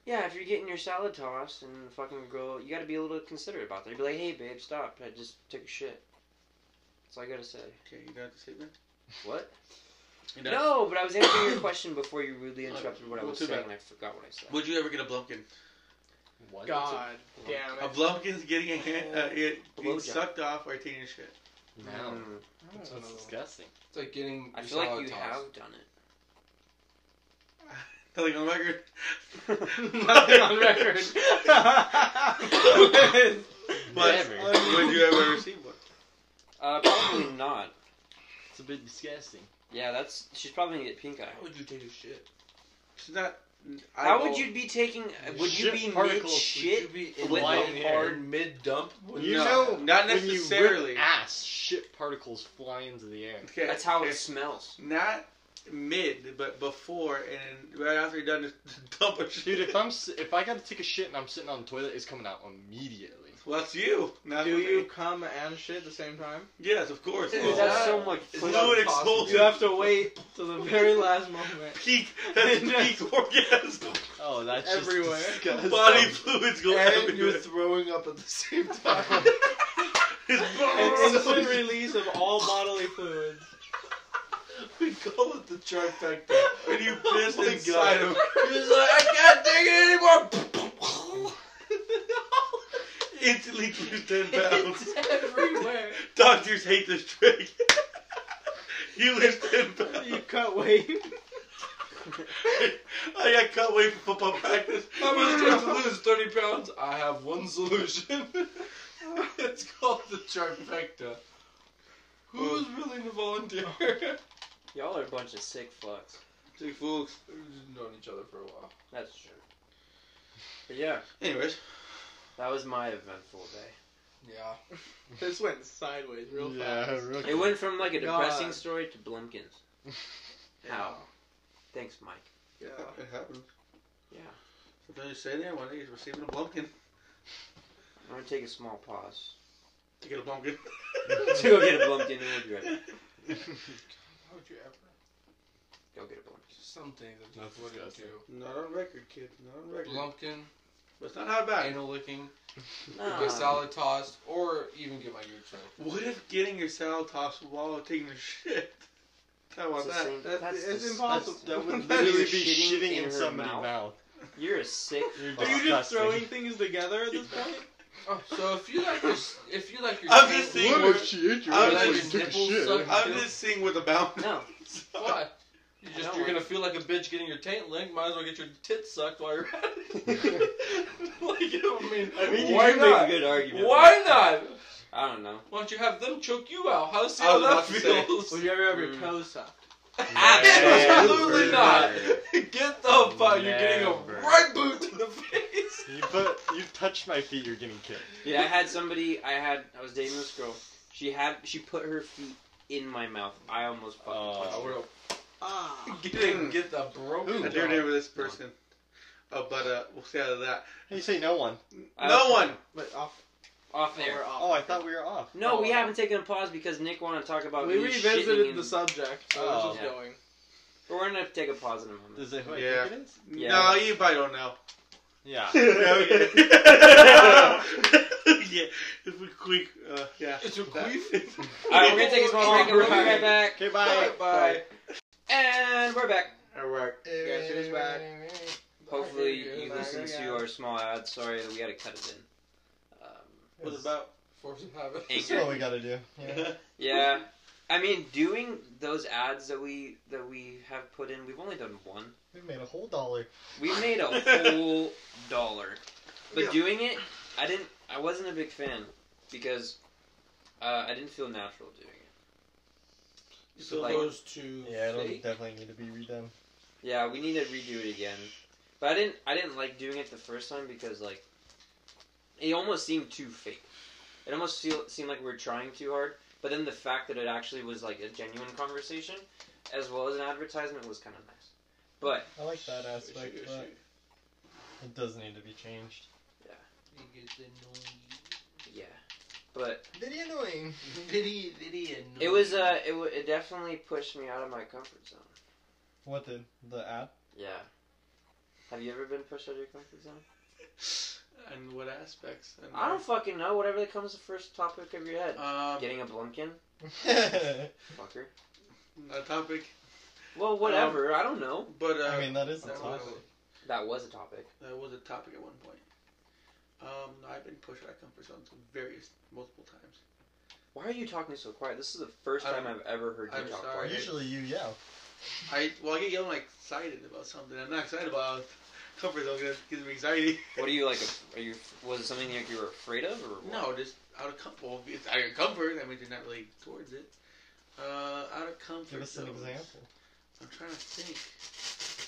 Yeah, if you're getting your salad tossed and the fucking girl, you gotta be a little considerate about that. You'd be like, hey, babe, stop. I just took a shit. That's all I gotta say.
Okay, you don't have to sleep then?
What?
You
No,
don't-
but I was answering your question before you rudely interrupted what I
Well,
was
too
saying
bad.
and I forgot what I said.
Would you ever get a blumpkin?
What?
God damn
A
it.
blumpkin's getting a hand, uh, it, being
Blowjob.
sucked off or taking a shit.
No,
Mm.
I
that's
don't
what's
know.
disgusting.
It's like getting.
I
your
feel like
salad
you
tossed.
have done it.
Nothing on record.
Nothing on record.
But
Never.
would you ever receive one?
Uh, probably not.
It's a bit disgasting.
Yeah, that's. She's probably gonna get pink eye.
How would you take a shit?
She's not. I
How would
will-
you be taking? Would you
Shit
be mid
particles.
shit?
Would you be
in
in
the
the
air?
hard mid dump?
You
No,
know,
not
when you rip
necessarily.
ass shit particles fly into the air.
Okay,
That's how
okay.
it smells.
Not mid, but before and then right after you're done, just dump a shit.
Dude, if I'm si- if I gotta take a shit and I'm sitting on the toilet, it's coming out immediately.
Well, that's you. Not
Do
me.
you come and shit at the same time?
Yes, of course.
Dude,
Dude, that's so much.
It's
pussy.
fluid
possible.
You
expulsion.
have to wait till the very last moment.
Peak. That's peak orgasm.
Oh, that's
just Everywhere.
Disgusting.
Body fluids go
And you're
everywhere.
throwing up at the same time.
An
It's
instant release of all bodily fluids.
we call it the trifecta.
When you piss and
Inside
go.
him. You're just like, I can't take it anymore.
Instantly lose ten pounds.
It's everywhere.
Doctors hate this trick. you lose ten
You
pounds.
cut weight.
I got cut away from football practice.
I was trying to lose 30 pounds. I have one solution. it's called the trifecta. Who was willing to volunteer? We've
Y'all are a bunch of sick fucks.
Two fools.
just known each other for a while.
That's true. But yeah,
Anyways,
that was my eventful day.
Yeah.
This went sideways real
yeah,
fast.
real
It
quick.
went from like a depressing
God.
story to Blumpkins. How? Thanks, Mike.
Yeah.
it happened.
Yeah.
Sometimes you stay there one day you're receiving a blumpkin.
I'm gonna take a small pause
To get a blumpkin.
to go get a Blumpkin and we'll be right back.
How would you ever?
Go get a Blumpkin.
Some things I
That's
just wouldn't
disgusting.
do.
Not on record, kid. Not on record.
Lumpkin,
That's not how bad.
anal licking,
Nah.
get salad tossed, or even get my gooch licked.
What if getting your salad tossed while taking a shit? How
It's
about
the
that?
same-
That-
that's
it's
dis-
impossible.
That
that's-
would
You're
literally be
shitting
shitting
in
in,
her
somebody's
mouth?
mouth.
You're a sick.
You're
Are you just
disgusting.
throwing things together at this point?
Oh, so if you like your, s- if you like your,
I'm just
tank-
saying
What?
what-
she ate
I would
ass
like
when
his
you took a
nipples
shit?
sucked.
I'm just seeing with a bounce.
No.
Why? You
I
just
don't
you're
like-
gonna feel like a bitch getting your taint licked. Might as well get your tits sucked while you're at it. like I mean,
I mean, you
why
You make a
not?
good argument.
Why not?
I don't know.
Why don't you have them choke you out? How see
I
how
was
that
about to say-
feels?
Would you ever have your
Mm.
toes sucked?
Absolutely
Never.
not. Get the fuck out. You're getting a
Never.
right boot to the face.
You but you touched my feet, you're getting kicked.
Yeah, I had somebody. I had. I was dating this girl. She had. She put her feet in my mouth. I almost fucking
Oh.
touched
I
her.
would
Ah.
have get get the broken.
I do
jaw.
remember this person. Oh, but uh, we'll stay out of that.
How you say no one?
I was-
no one.
But off,
Uh, off
we're
there.
off.
Oh, I thought we were off.
No, we haven't taken a pause because Nick wanted to talk about.
we
me shitting
revisited
in-
the subject, so
Oh.
it's just
Yeah.
going.
But we're gonna take a pause in a moment.
Is it who I
Yeah.
think it is?
Yeah.
No, you probably don't know.
Yeah.
Okay. yeah. If we quick. Uh, yeah.
It's a
That-
queef.
All right, we're gonna take a small break and we'll be right back.
Okay, bye.
Bye.
And we're back.
All right.
Yeah, she's back.
Hopefully you listened to our small ad. Sorry that we had to cut it in. Um,
What about?
Force of habit.
That's what we gotta do. Yeah.
yeah, I mean, doing those ads that we that we have put in, we've only done one.
We made a whole dollar.
We made a whole dollar, but
Yeah.
doing it, I didn't. I wasn't a big fan because Uh, I didn't feel natural doing it.
So
Like-
Goes to
Yeah, it'll
fake.
definitely need to be redone.
Yeah, we need to redo it again. But I didn't. I didn't like doing it the first time because like, it almost seemed too fake. It almost feel, seemed like we were trying too hard. But then the fact that it actually was like a genuine conversation, as well as an advertisement, was kind of nice. But
I like that
Issue,
aspect,
issue.
but it does need to be changed.
yeah, but
Very annoying.
Very, very annoying.
it was uh, it w- it definitely pushed me out of my comfort zone.
What did the app?
Yeah. Have you ever been pushed out of your comfort zone?
And what aspects? And
I don't fucking know. Whatever that comes the first topic of your head.
Um,
Getting a blumpkin, fucker.
a topic,
Well, whatever. I don't know.
but uh,
I mean, that is the
that
topic.
was,
That was a topic.
that was a topic at one point. Um, no, I've been pushed out of comfort zones various multiple times.
Why are you talking so quiet? This is the 1st
I'm-
time I've ever heard you
I'm
talk
sorry.
quiet.
Usually you yell.
I well, I get yelling like excited about something. I'm not excited about comfort zone. 'cause It gives me anxiety.
What are you like? af- Are you? Was it something like you were afraid of, or what?
No, just out of comfort. Well, it's out of your comfort. I mean, you're not really towards it. Uh, out of comfort.
Give us an
zones.
example.
I'm trying to think.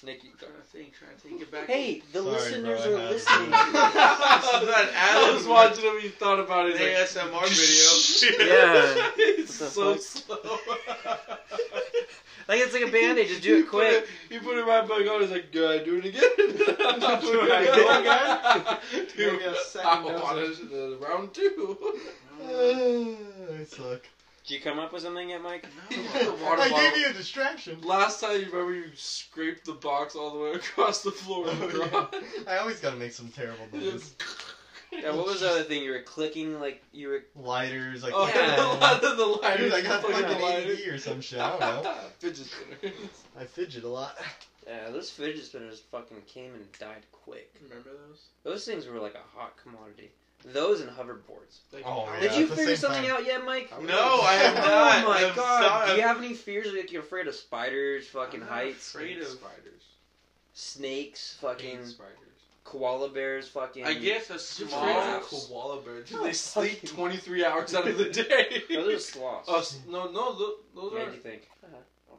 Nick, you
I'm trying to think. Trying to think. Get back.
Hey, the
Sorry,
listeners
bro, I
are
had-
listening.
This is not an ad.
I was watching him. He thought about
an
it. he's
ASMR video.
yeah,
It's
What the
so
fuck?
slow.
like it's like a band aid. Just do it quick.
He put it right back on. He's like, "Do I do it again?" I'm not
Do I
it
go
again?
Dude,
Maybe a second
I
dose.
wanted the round two.
I suck.
Did you come up with something yet, Mike?
No.
water
I
bottle.
gave you a distraction.
Last time, you remember you scraped the box all the way across the floor.
Oh, yeah. I always gotta make some terrible noises.
Just-
Yeah. Uh, What was the other thing you were clicking? Like you were.
Lighters, like
Oh,
Yeah.
the lighter.
Dude, I got
fucking
fucking
lighter.
ADD or some shit. I don't know.
Fidget spinners.
I fidget a lot.
Yeah, uh, those fidget spinners fucking came and died quick.
Remember those?
Those things were like a hot commodity. Those and hoverboards.
Like,
Oh,
how-
yeah.
Did you
at the
figure
same
something
time.
out yet, Mike?
No, I have not.
Oh my
I'm
god!
sorry.
Do you have any fears? Like you're afraid of spiders, fucking
I'm not
heights,
afraid of-
spiders.
snakes,
I hate
fucking
spiders.
koala bears, fucking.
I guess a
Just
Small-
random
small.
Crabs.
koala bear. Dude,
No,
they sleep
fucking-
23 hours out of the day.
Those are sloths.
oh, s- uh, no, no, tho- those
What
are
do you think?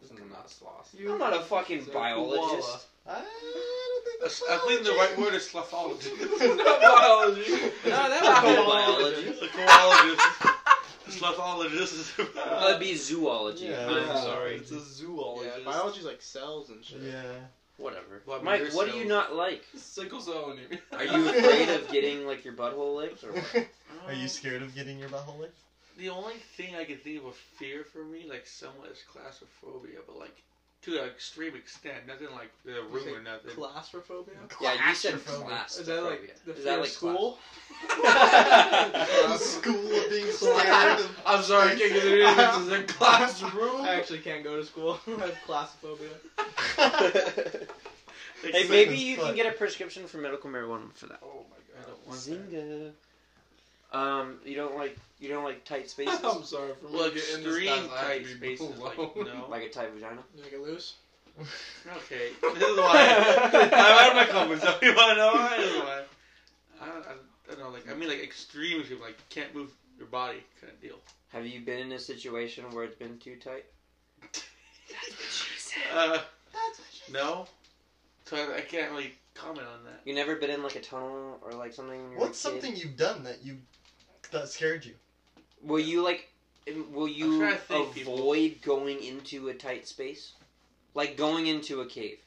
those are not sloths.
I'm not a fucking
They're
biologist.
koala.
I don't think that's
I think the right
biology.
word is slothologist.
Not biology.
No, that
A
would be
Koala.
biology.
koalologist. A koalologist. A slothologist is.
That'd be zoology.
Yeah.
I'm
Yeah,
sorry.
It's a
Yeah,
zoologist.
biology's like cells and shit.
Yeah.
Whatever.
Well, I mean,
Mike,
you're
what do you
so-
not like?
Sickle cell anemia.
Are you afraid of getting like your butthole licked or what?
Are you scared of getting your butthole licked?
The only thing I can think of a fear for me, like somewhat, is claustrophobia, but like to an extreme extent, nothing like the room or nothing.
Claustrophobia?
Yeah, you said
Claustrophobic.
class.
Is that like the
Is
fear
that
of
like
school?
School of being scared of
I'm sorry, I can't get it in. This is a classroom.
I actually can't go to school. I have claustrophobia.
class?
Like,
Hey,
so-
maybe
as
you
fuck.
can get a prescription for medical marijuana for that.
Oh
I
my god.
don't want
Zinga.
that.
Um, you don't like you don't like tight spaces,
Oh.
I'm sorry for
Well,
me
extreme
getting this fast, I have
tight
to be
spaces, like
alone.
no.
like a tight vagina.
Did I get loose?
Okay, this is why I'm out of my comfort zone. You wanna know why? This is why. I don't, I don't know. Like I mean, like extreme. if you, Like can't move your body, kind of deal.
Have you been in a situation where it's been too tight?
Uh, no. So I, I can't really comment on that.
You never been in like a tunnel or like something? When you were
What's
a kid?
something you've done that you that scared you?
Will you like? in- Will you
trying to think,
avoid
people.
going into a tight space, like going into a cave?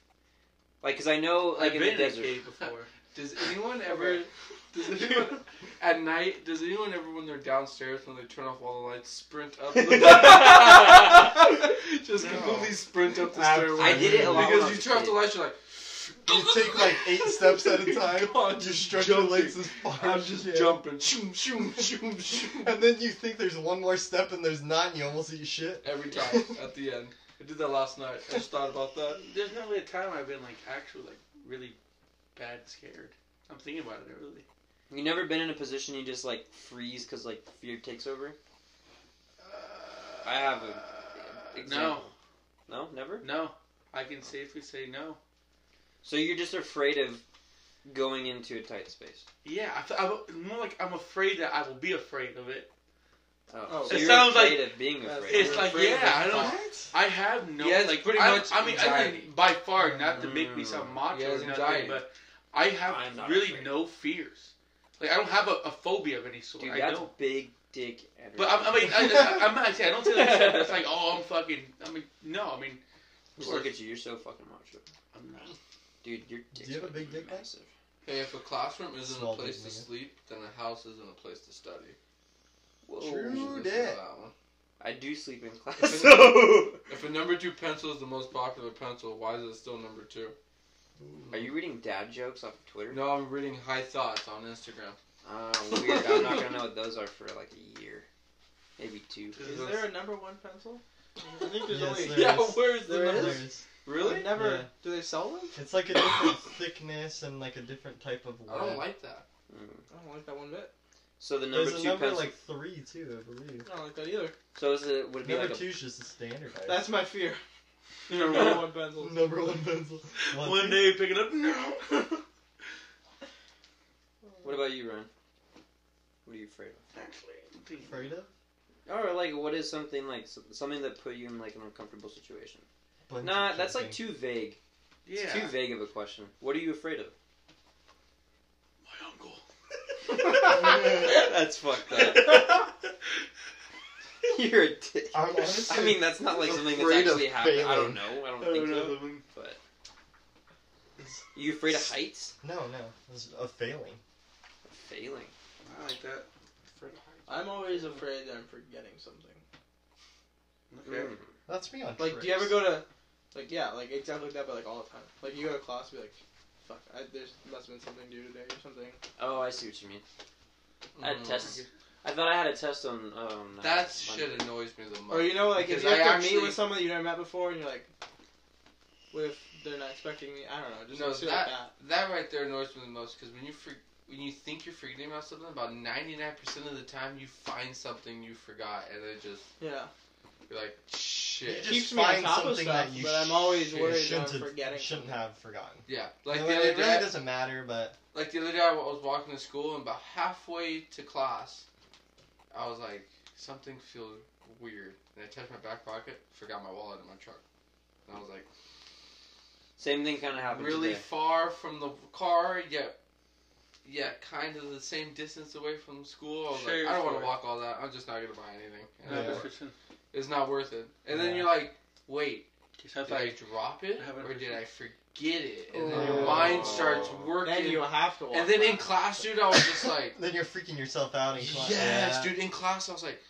Like, cause I know, like
I've
in
been
the
in
desert.
a cave before.
Does anyone ever. Does anyone. At night, does anyone ever, when they're downstairs, when they turn off all the lights, sprint up the Just
No.
completely sprint up the stairway.
I did it a lot when I
Because
was
you
a
turn off the
kid.
lights, you're like.
You take like eight steps at a time.
God,
You
just
stretch your legs
jumping.
as far
I'm
as you
just
can.
jumping. Shoom, shoom, shoom, shoom.
And then you think there's one more step and there's not, and you almost eat shit.
Every time at the end. I did that last night. I just thought about that.
There's not really a time I've been like actually like really bad scared. I'm thinking about it really.
You never been in a position you just like freeze because like fear takes over. I have a example. No, never.
No, I can safely say no.
So you're just afraid of going into a tight space.
Yeah, I th- I'm more like I'm afraid that I will be afraid of it
Oh.
so
It
you're
sounds
afraid of being
That's-
afraid.
It's like, yeah, I don't. I have no.
He has
like,
pretty
I,
much
I mean, I
anxiety.
think by far not to make me
Mm.
sound macho
He
or
has
nothing,
anxiety.
but I have
I'm not
really
afraid.
no fears. Like, I don't have a, a phobia of any sort.
Dude,
I
that's
don't.
big dick energy.
But I'm, I mean, I, I, I'm not saying I don't say that shit. That's like, oh, I'm fucking. I mean, no, I mean,
Just look at you. You're so fucking macho.
I'm not.
Dude, your dick's
you have a
fucking
big dick, guys?
massive.
Hey, if a classroom isn't
Small
a place to
business, yeah.
sleep, then a house isn't a place to study.
Whoa.
You should
True
listen to
that.
that one.
I do sleep in class.
If
So.
If a number two pencil is the most popular pencil, why is it still number two?
Are you reading dad jokes off of Twitter?
No, I'm reading high thoughts on Instagram.
Uh, weird. I'm not gonna know what those are for like a year, maybe two.
Is there a number one pencil? I think there's
Yes,
only.
there Yeah, is.
where's
the There is? numbers?
There's-
Really?
I've never.
Yeah.
Do they sell them?
It's like a different thickness and like a different type of
I don't
web.
like that.
Mm.
I don't like that one bit.
So the number
There's a
two
number
pencil.
like three too, I believe.
I don't like that either.
so is it would it be
Number
like a,
two is just a standard.
That's my fear.
Number
Number one pencil.
number one pencil. One
one, one
thing-
day you pick it up. No.
What about you, Ryan? What are you afraid of?
Afraid of?
Or like, what is something like s- something that put you in like an uncomfortable situation?
Bunch
Nah,
of
that's like
jumping.
too vague.
Yeah.
It's too vague of a question. What are you afraid of?
My uncle.
that's fucked up. You're a dick.
I'm honestly
I mean, that's not like something that's
afraid of
actually happening. I
failing.
don't know. I don't think so. But you afraid of heights?
No, no, it's a failing.
Failing.
I like that.
I'm always afraid that I'm forgetting something.
Okay.
Mm.
That's me on.
Like, do you ever go to, like, yeah, like exactly like that, but like all the time. Like, you go to class, and be like, fuck, I, there's must have been something due today or something.
Oh, I see what you mean. I had
Mm.
tests. I thought I had a test on. Um,
That
Monday.
shit annoys me the most.
Or you know, like
Because
if you have
I
to
actually-
meet with someone that you never met before, and you're like, what if they're not expecting me? I don't know, just
No,
shit like that.
That right there annoys me the most because when you for, when you think you're forgetting about something, about ninety nine percent of the time you find something you forgot, and then just
Yeah,
you're like, shit.
You just
keeps me on
find
top of
something
stuff,
that you
but I'm always
sh-
worried that
shouldn't,
I'm
have-
forgetting.
shouldn't have forgotten.
yeah, like
No,
the
it
other
really
day,
doesn't matter, but
like the other day I was walking to school and about halfway to class, I was like, something feels weird, and I touched my back pocket, forgot my wallet in my truck, and I was like,
Same thing kind of happened.
really
Today.
far from the car, yet. Yeah, kind of the same distance away from school. I was
Share
like,
your
I don't want to
story.
walk all that. I'm just not gonna buy anything. And I
Yeah.
walked.
Description.
It's not worth it. And then
Yeah.
you're like, wait,
Just have
did I
like-
drop it
I haven't
or
heard
did
you.
I forget it? And then
Oh.
your mind starts working.
Then you have to. Walk
and then in
back.
class, dude, I was just like,
then you're freaking yourself out in class.
yes,
Yeah.
dude. In class, I was like,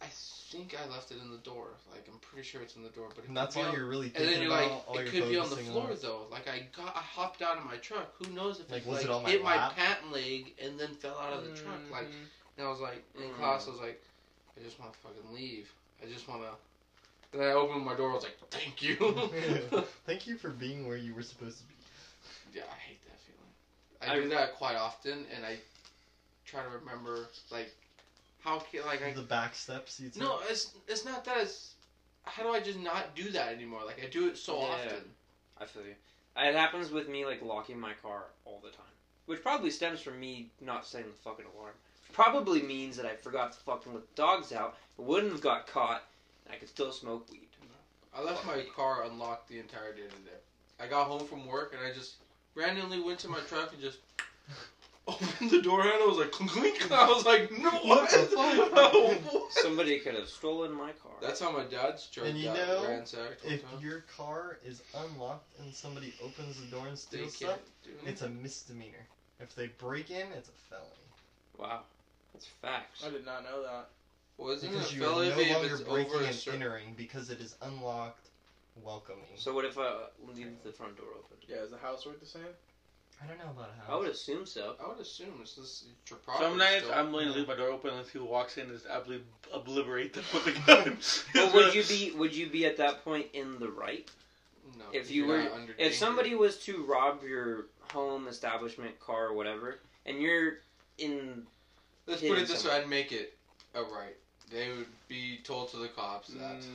I think I left it in the door. Like, I'm pretty sure it's in the door, but it
And that's
could be
all
on-
you're really
And
thinking
then you're
about.
like,
all
it
you're
could be on the
focusing
floor though. Like I got, I hopped out of my truck. Who knows if
Like,
it
was
like,
it on my
hit
lap?
my pant leg and then fell out of the truck. Like,
Mhm.
and I was like, in
Mm.
class, I was like, I just want to fucking leave. I just want to. And I opened my door. I was like, thank you.
Thank you for being where you were supposed to be.
yeah, I hate that feeling.
I-
I, do that quite often, and I try to remember like how ca- like I
the back steps you took.
no, it's it's not that. It's how do I just not do that anymore? Like I do it so
Yeah.
often.
I feel you. It happens with me like locking my car all the time, which probably stems from me not setting the fucking alarm. Probably means that I forgot to fucking let the dogs out. Wouldn't have got caught, and I could still smoke weed.
I left my car unlocked the entire day today. I got home from work and I just randomly went to my truck and just opened the door handle. I was like, clink, clink. I was like, no,
What the fuck?
what?
Somebody could have stolen my car.
That's how my dad's truck
And you
got
know,
ransacked. one
If
time.
your car is unlocked and somebody opens the door and
they
steals
can't
stuff,
Mm-hmm. do
it's a misdemeanor. If they break in, it's a felony.
wow. That's facts.
I did not know that.
Well, isn't it a
Because you are
felony
no
if
longer
it's over
breaking
a
and
certain?
entering because it is unlocked, welcoming.
So what if I leave the front door open?
Yeah, is the housework the same?
I don't know about
I
how.
would assume so.
I would assume it's this. It's your property
Some nights
still.
I'm willing to leave my door open unless he walks in and just obli- obliterate them with a gun.
But would you be would you be at that point in the right?
No,
if
'cause
you
you're
were-
not under
If
danger.
somebody was to rob your home, establishment, car, or whatever, and you're in
let's
hitting
put it this way, I'd make it a right. They would be told to the cops that.
Mm,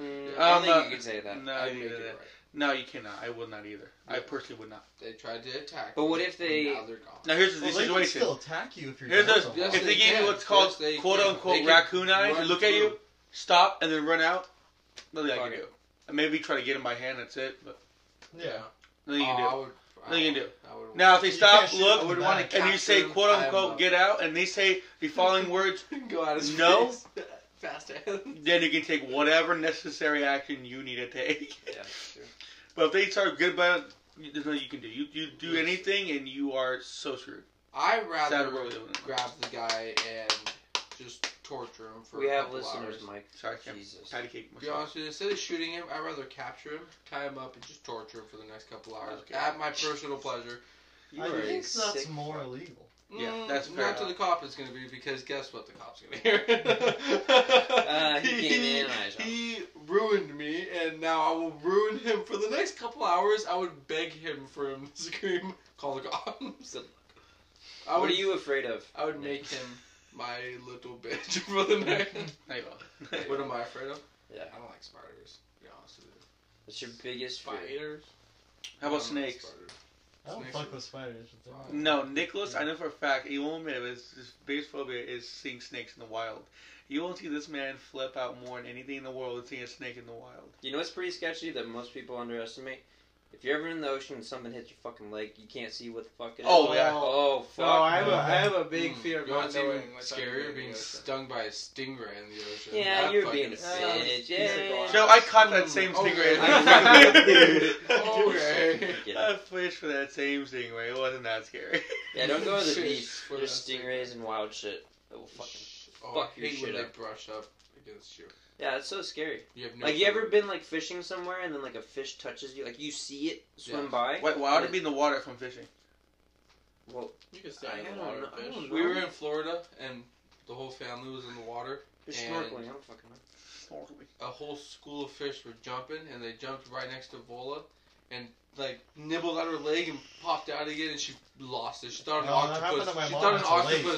Mm,
Yeah.
I don't
Um,
think
uh,
Mm.
you could say that.
Mm, no,
I'd
you
make
did
it
that.
right.
No, you cannot. I would not either. I personally would not.
They tried to attack.
But what
me,
if
and
they-
Now they're gone.
Now here's the
Well, they can
situation.
still attack you if you're
Here's
down
us-
so
Yes,
long.
if
they
they gave
can.
you what's called
Yes, they
quote
can. They
unquote
can
raccoon eyes,
run
and look at you,
through.
stop, and then run out, nothing I
Fuck
can do. And Maybe try to get him by hand. That's it. But
Yeah.
nothing you can
Oh,
do.
I would, I
Nothing you can
would- I would-
Now if they
You
stop,
can't shoot
look,
I
them
would want
back.
to
and you say quote unquote get out, and they say the following words,
Go out his
No.
face. Fast hands.
then you can take whatever necessary action you need to take.
Yeah, sure.
But if they start good by there's nothing you can do. You you do anything and you are so screwed.
I
Sad
rather
world we live in.
grab the guy and just torture him for.
We
a
have
couple
listeners,
hours.
Mike.
Sorry, I can't
Jesus.
patty cake
To be
myself.
honest with you, instead of shooting him, I'd rather capture him, tie him up, and just torture him for the next couple hours
Okay.
at my personal pleasure.
You
I
are a
think that's
sick
more
fuck.
illegal.
Yeah,
Mm,
that's fair
not to the
enough.
cop it's gonna be because guess what the cop's gonna hear?
Uh, he came in and I shot him.
He ruined me, and now I will ruin him for the next couple hours. I would beg him for him to scream, "Call the cops."
Good luck.
I
Uh, What
would,
are you afraid of?
I would make him my little bitch for the next.
There you go.
what am I afraid of?
Yeah.
I don't like spiders. To be honest with you,
What's your biggest fear?
spiders.
How
I don't
about
like
snakes?
spiders.
I don't
Snakes
fuck
are-
with spiders. but they're-
No, Nicholas, I know for a fact, he won't admit it, but his, his biggest phobia is seeing snakes in the wild. You won't see this man flip out more than anything in the world than seeing a snake in the wild.
You know what's pretty sketchy that most people underestimate? If you're ever in the ocean and something hits your fucking leg, you can't see what the fuck it is.
Oh, yeah.
Oh, fuck.
No, I have a I have a big
Mm.
fear of
You know
not
what's even
knowing what's
scarier
under the
being
ocean.
stung by a stingray in the ocean.
Yeah,
That
you're
fucking
being a
sucks.
bitch. Yeah.
Joe, I caught that same
Oh,
stingray.
Okay.
Get
I
it.
fished for that same stingray. It wasn't that scary.
Yeah, don't go to the
Shit,
beach.
swear
There's
to God.
stingrays and wild shit. That will fucking.
Oh,
fuck
I
your
hate when
shit
they
up.
brush up against you.
Yeah, it's so scary.
You have no.
Like, you ever
clue.
been, like, fishing somewhere and then, like, a fish touches you? Like, you see it swim
Yeah.
by?
Why, why would it be in the water if I'm fishing?
Well,
You can
I
stand in
don't
the water
know-
and
I
fish.
don't
We were in Florida and the whole family was in the water.
you're
And-
snorkeling. I don't fucking know.
Snorkeling.
A whole school of fish were jumping, and they jumped right next to Vola, and like nibbled at her leg and popped out again, and she lost it. She thought an
No, that happened
octopus.
to my
She
mom
thought an
at the lake.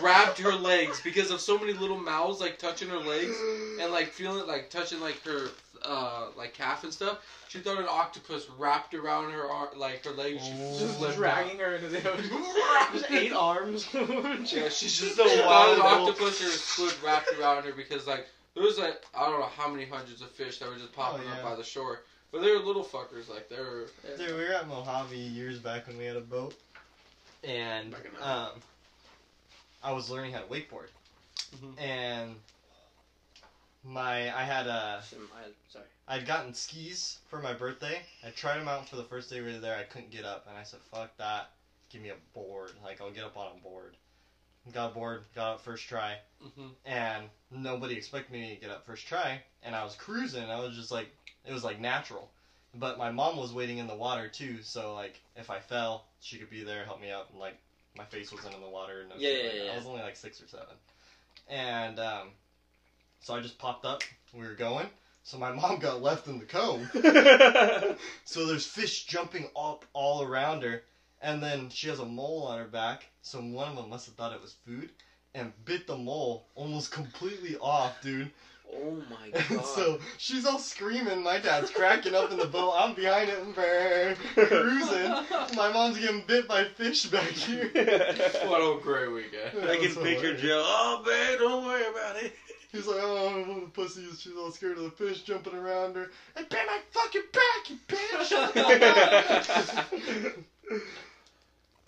grabbed her legs because of so many little mouths like touching her legs and like feeling like touching like her uh like calf and stuff. She thought an octopus wrapped around her ar- like her legs. She
Oh.
just flipped out.
dragging her into the ocean. Just eight arms.
Yeah, she's just
a
a wild
wild wolf.
octopus or a squid wrapped around her because like there was like I don't know how many hundreds of fish that were just popping
yeah.
up by the shore. But they were little fuckers, like they were
Dude, we were at Mojave years back when we had a boat, and
Back in the-
um, I was learning how to wakeboard,
Mm-hmm.
Mhm.
and my I had a
Some, I, sorry.
I'd gotten skis for my birthday. I tried them out for the first day we were there. I couldn't get up, and I said, "Fuck that! Give me a board. Like I'll get up on a board." Got a board. Got up first try.
Mhm.
and nobody expected me to get up first try and i was cruising i was just like it was like natural but my mom was waiting in the water too so like if i fell she could be there help me up and like my face wasn't in the water no
Yeah,
shit
yeah,
like that.
yeah.
i was only like six or seven and um, so i just popped up we were going so my mom got left in the cone so there's fish jumping up all around her, and then she has a mole on her back. So one of them must have thought it was food, and bit the mole almost completely off, dude.
Oh, my
And
God.
so she's all screaming. My dad's cracking up in the boat. I'm behind it and brr, cruising. My mom's getting bit by fish back here.
what a great weekend.
I can picture Jill. Oh, man, don't worry about it.
He's like, oh, I'm a pussy. She's all scared of the fish jumping around her. I bit my fucking back, you bitch.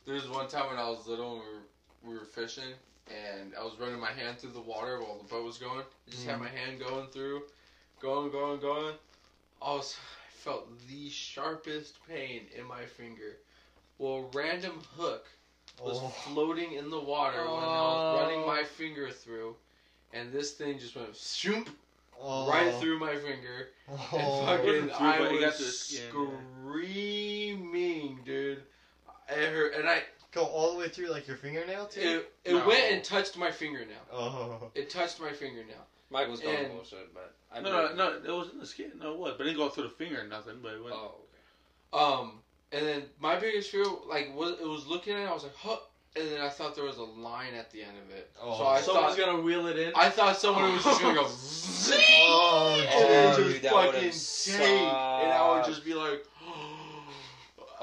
There was one time when I was little and we were, we were fishing and I was running my hand through the water while the boat was going. I just
Mm-hmm.
had my hand going through, going, going, going. All of a sudden, I felt the sharpest pain in my finger. Well, a random hook was
Oh.
floating in the water when I was running
Oh.
my finger through, and this thing just went shoop
Oh.
right through my finger.
Oh.
And fucking,
Through,
I
but it got
was
to the skin,
screaming, dude. It hurt, and I
Go all the way through like your fingernail too.
it, it
No.
went and touched my fingernail.
Oh.
It touched my fingernail.
Michael's going
And-
bullshit, but I
No, no, no, it was in the skin. No, it was. But it didn't go through the finger or nothing. But it went.
Oh,
Um, and then my biggest fear, like, was it was looking at. it, I was like, huh. and then I thought there was a line at the end of it.
Oh.
So I
Someone's
thought
gonna wheel it in.
I thought someone was just gonna go. zing,
Oh,
and
dude.
it
dude,
just
that would've
fucking take, and I would just be like.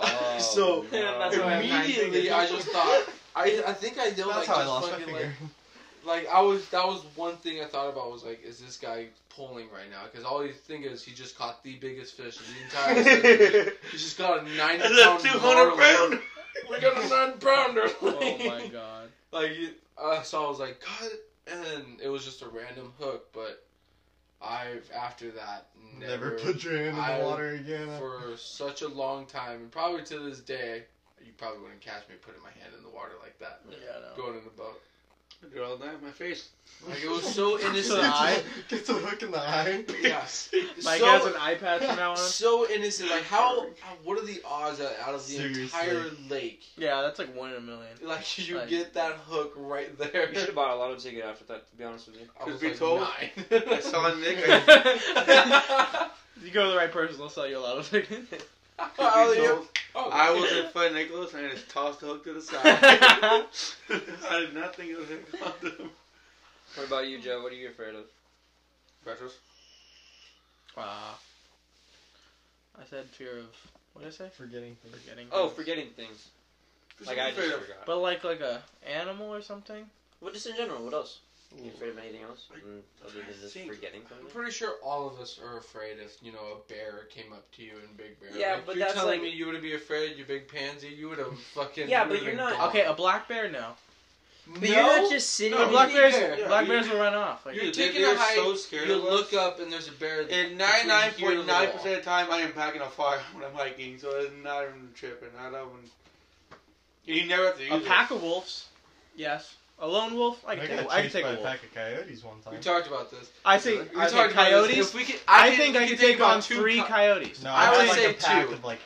Oh,
so
no.
That's why I have nine
immediately
fingers.
I just thought I I think I yelled
That's
like
how I
just
lost my
fucking,
finger.
Like, like I was that was one thing I thought about was like is this guy pulling right now because all you think is he just caught the biggest fish of the entire season.
Oh.
he just got a ninety
That's a
pound
200
marlin. we got a nine pounder
Oh my god.
like you- uh, so I was like God and it was just a random hook but I've after that
Never put your hand in the
I-
water again.
for such a long time, and probably to this day, you probably wouldn't catch me putting my hand in the water like that,
Yeah, no.
going in the boat.
I do all that in my face.
Like it was so
Gets
innocent.
the eye. Gets a hook in the eye.
yeah.
Mike
so,
has an eye patch from now on.
so innocent. Like how? What are the odds that out of the
Seriously.
entire lake,
Yeah, that's like one in a million.
like you
Like-
get that hook right there?
You should have bought a lotto ticket after that, to be honest with you.
I was
Could be
like
told.
nine.
I saw Nick. I, Oh.
you go to the right person, they'll sell you a lot of tickets.
Oh, yeah.
told.
Oh,
I was
yeah.
in Fun Nicholas and I just tossed the hook to the side.
I
I did not think it was going to come to him.
What about you, Joe? What are you afraid of?
Breakfast?
Ah. said fear of what did I say?
Forgetting things.
Forgetting.
Oh,
things.
forgetting things. Like I just forgot.
But like like a animal or something.
Well, just in general, what else? You afraid of anything else? Mm, other than just
think-
forgetting
I'm
something?
pretty sure all of us are afraid if you know a bear came up to you in Big Bear.
Yeah,
Like,
but
you're
that's
telling
like-
me you would be afraid. You big pansy. You would have fucking.
Yeah,
you
but
would've
you're
been
not- uh,
gone.
Okay, a black bear no.
But you're not just sitting
No,
But black
you
bears,
think they're-
black
yeah,
bears will run off. Like,
You're
Dude,
taking
they're
a hike.
so scared
you
of us.
look up and there's a bear.
And
between here and the wall.
99.9% of the time, I am packing a fire when I'm hiking, so it's not even tripping. I don't even. You never have to use
a pack of wolves. Yes. A lone wolf. I
I
can
got
take. I can
chased
take
by
a
a
wolf.
pack of coyotes one
We
time.
talked about this.
I think.
We
I think
talked about this.
coyotes.
If we could,
I,
can-
think
we
I
can
can take
about
on
two
three
co-
coyotes.
No,
I
I,
would
was like
say
a pack
two.
of like.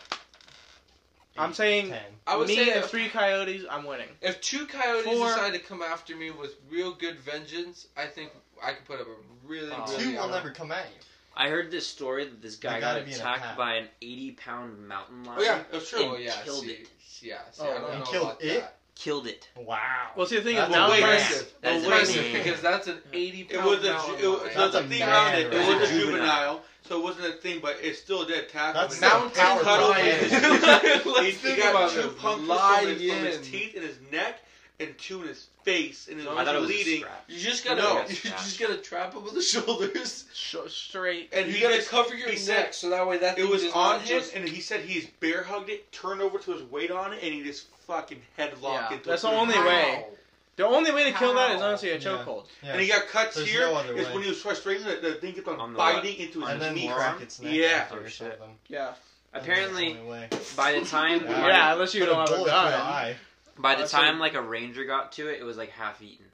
I'm saying
ten.
I would
me
say
and
if,
three coyotes. I'm winning.
if two coyotes
Four-
decide to come after me with real good vengeance, I think I could put up a really,
Oh.
really.
Two will never come at you.
I heard this story that this guy
They
got
gotta be in a
attacked
pack.
by an 80 pound mountain lion.
Oh, yeah, that's true.
Oh yeah,
killed
see,
it.
yeah. See,
Oh,
I don't
you
know
killed
about
it?
that.
Killed it.
Wow.
Well, see, the thing is
That's
now.
way
we're-
aggressive.
That is
Well, wait a
amazing.
second, because that's an eighty
It
pound.
was a,
mountain
ju- it,
lion.
was- the
a
thing
man,
around it. It
right?
was a
Juvenile.
juvenile, so it wasn't a thing, but it's still a dead tackle.
That's
now
Mountain
a powerful
cuddle
man.
he,
Let's
he
think
got
about
two
it.
punctures from his, from his
Lion.
teeth and his neck, and two in his face, and his
I
I thought it
was
was a
bleeding.
scrap.
You just gotta,
No.
you just gotta trap him with the shoulders,
Sh- straight.
and
He
you gotta
just-
cover your
he said-
neck so that way that
It
thing
was
does
on
not
him,
just-
and he said he's bear hugged it, turned over to his weight on it, and he just fucking headlocked
Yeah,
it. to
that's
a
the only
ground.
Oh,
way. The only way to kill that is
How?
honestly a
Yeah.
chokehold.
Yeah.
And he got cuts
There's
here.
no other
is
way.
when he was frustrated that the thing kept on,
On the
biting into his
and then
knee.
crack its neck
Yeah.
after
Oh,
or
shit.
something.
Yeah.
Apparently,
That's the only way.
by the time
Yeah,
Yeah.
unless you
Put a
don't have a
bullet through the
gun.
eye.
by the
That's
time
a-
like a ranger got to it, it was like half eaten.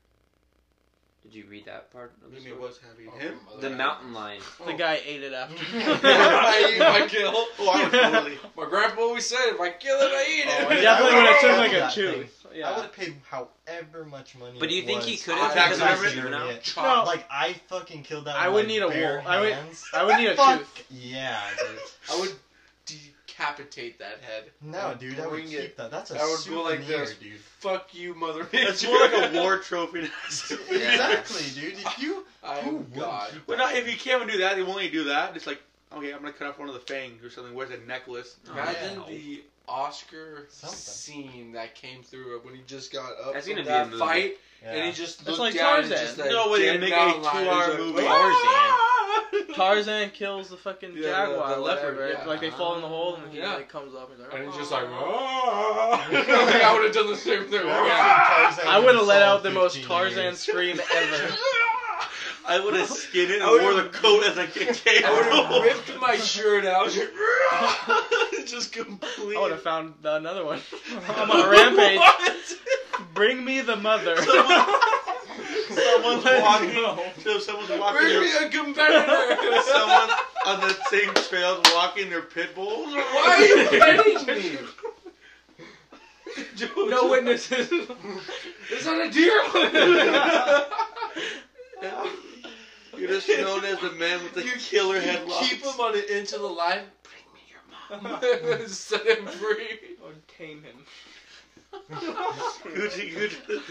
Did you read that part? Of the,
Maybe
story?
it was having him.
the mountain lion.
Oh,
Oh.
The guy ate it after.
I eat
I
my kill.
Oh, I would totally.
My grandpa always said, if I kill it, I eat it.
Oh, I
definitely would have took like a
That
chew.
I would
Yeah.
have paid however much money.
But do you
it
think he
was
could
I
have
tax
because it was a
whatever-
juvenile?
Yeah.
No.
Like I fucking killed that.
I
with
would
my
need a
bare
wolf. I would-
hands.
I would need a
Fuck
tooth.
Yeah, dude.
I would decapitate that head.
No,
I'd
dude, I would
bring
keep
it.
that. That's a
I would go
souvenir,
like this.
dude.
Fuck you, mother bitch.
That's more like a war trophy. than a souvenir.
Yeah.
Exactly, dude. If you, who
Oh,
would
God.
keep
Well,
that?
not if you can't even do that, they won't let you do that. It's like, okay, I'm gonna cut off one of the fangs or something. Where's a necklace?
Oh,
Imagine
yeah.
the Oscar
Something.
scene that came through when he just got up
That's
from
gonna be a
that
movie.
fight,
Yeah.
and he just looked
like
down
Tarzan.
and just that
No way they
dead
make a
mountain lion
two-hour
is like,
movie.
"Ah!"
Tarzan kills the fucking
Yeah, the-
jaguar,
the
or
leopard,
whatever.
yeah.
Like they fall in the hole and he
Yeah.
like comes up and he's like,
And he's just
"Oh."
like, "Ah." Like, I would have done the same thing.
Tarzan
I would have let
saw
out the most
15
Tarzan
years.
scream ever.
I would have skinned it
I
and
would've-
wore the coat as like a cable.
I would have ripped my shirt out.
just
I
completely.
would have found another one. I'm on a rampage.
What?
Bring me the mother.
Someone's
Let's
walking. So someone's walking.
Bring me
Their,
a competitor.
someone on the same trail walking their pit bull.
Why are you petting me?
No witnesses.
It's not a deer.
You're just known as the man with the killer
You
headlocks.
Keep him on an inch of the line. Bring me your mom. Set him free.
would tame him.
Good, good, good.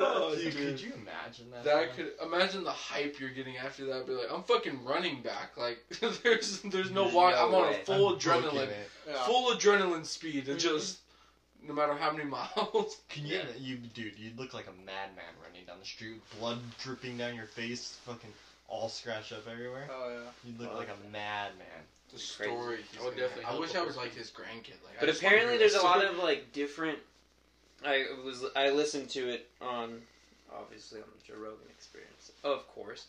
Oh,
thoughts,
dude,
dude.
could you imagine that?
That could imagine the hype you're getting after that. Be like, I'm fucking running back. Like, there's there's no
There's
walk.
no
I'm on a
way.
full
I'm booking
adrenaline,
it.
Yeah.
full adrenaline speed, and just no matter how many miles.
Can you, you, dude? You'd look like a madman running down the street, with blood dripping down your face, fucking all scratched up everywhere.
Oh yeah.
You'd look
Fuck.
like a madman.
The
Crazy.
story.
He's
I would
gonna
definitely. I
help
wish
a
I was
person.
like his grandkid. Like, I
But
just wanna
apparently,
hear
there's
the
a lot
story.
of like different. I was I listened to it on obviously on the Joe Rogan Experience, of course,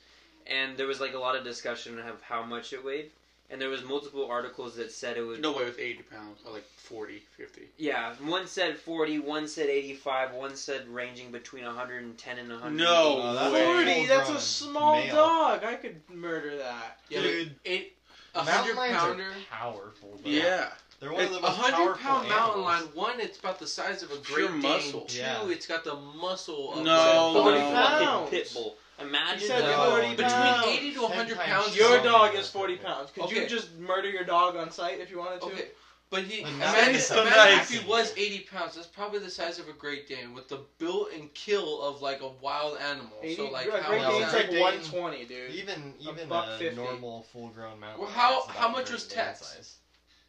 and there was like a lot of discussion of how much it weighed, and there was multiple articles that said it would.
No way with 80 pounds, or like 40, 50.
Yeah, one said 40, one said 85, one said ranging between 110 and 100.
No.
Oh, that's
way.
a
Forty.
full
That's
grown
a small
male.
dog. I could murder that.
Yeah, but
Dude,
eight, a
Mountain
hundred
lions
pounder.
are powerful. Though.
Yeah.
they're one of the
A
most
hundred
powerful
pound mountain
animals.
lion. One, it's about the size of a
Pure
Great Dane.
muscle.
Two,
Yeah.
it's got the muscle. Of
No,
like,
Forty
no.
fucking
pounds.
pit bull.
He
Imagine
said
that.
No.
40
Between
pounds.
Between eighty to
Ten
hundred
times
pounds.
your
Your
you're
Something
dog
like
is
that.
40 pounds. Could
Okay.
you just murder your dog on site if you wanted to?
Okay, but he
Like,
imagine,
that's
imagine if
amazing.
he was eighty pounds. That's probably the size of a Great Dane with the built and kill of like a wild animal.
80,
so like
Great
how
Dane's
is
Dane's
that?
like
Great Dane.
120, dude.
Even even
buck
a,
50.
normal full grown mountain.
Well,
lion
how-
is about
how much
Great
was
Dane's
Tex?
size.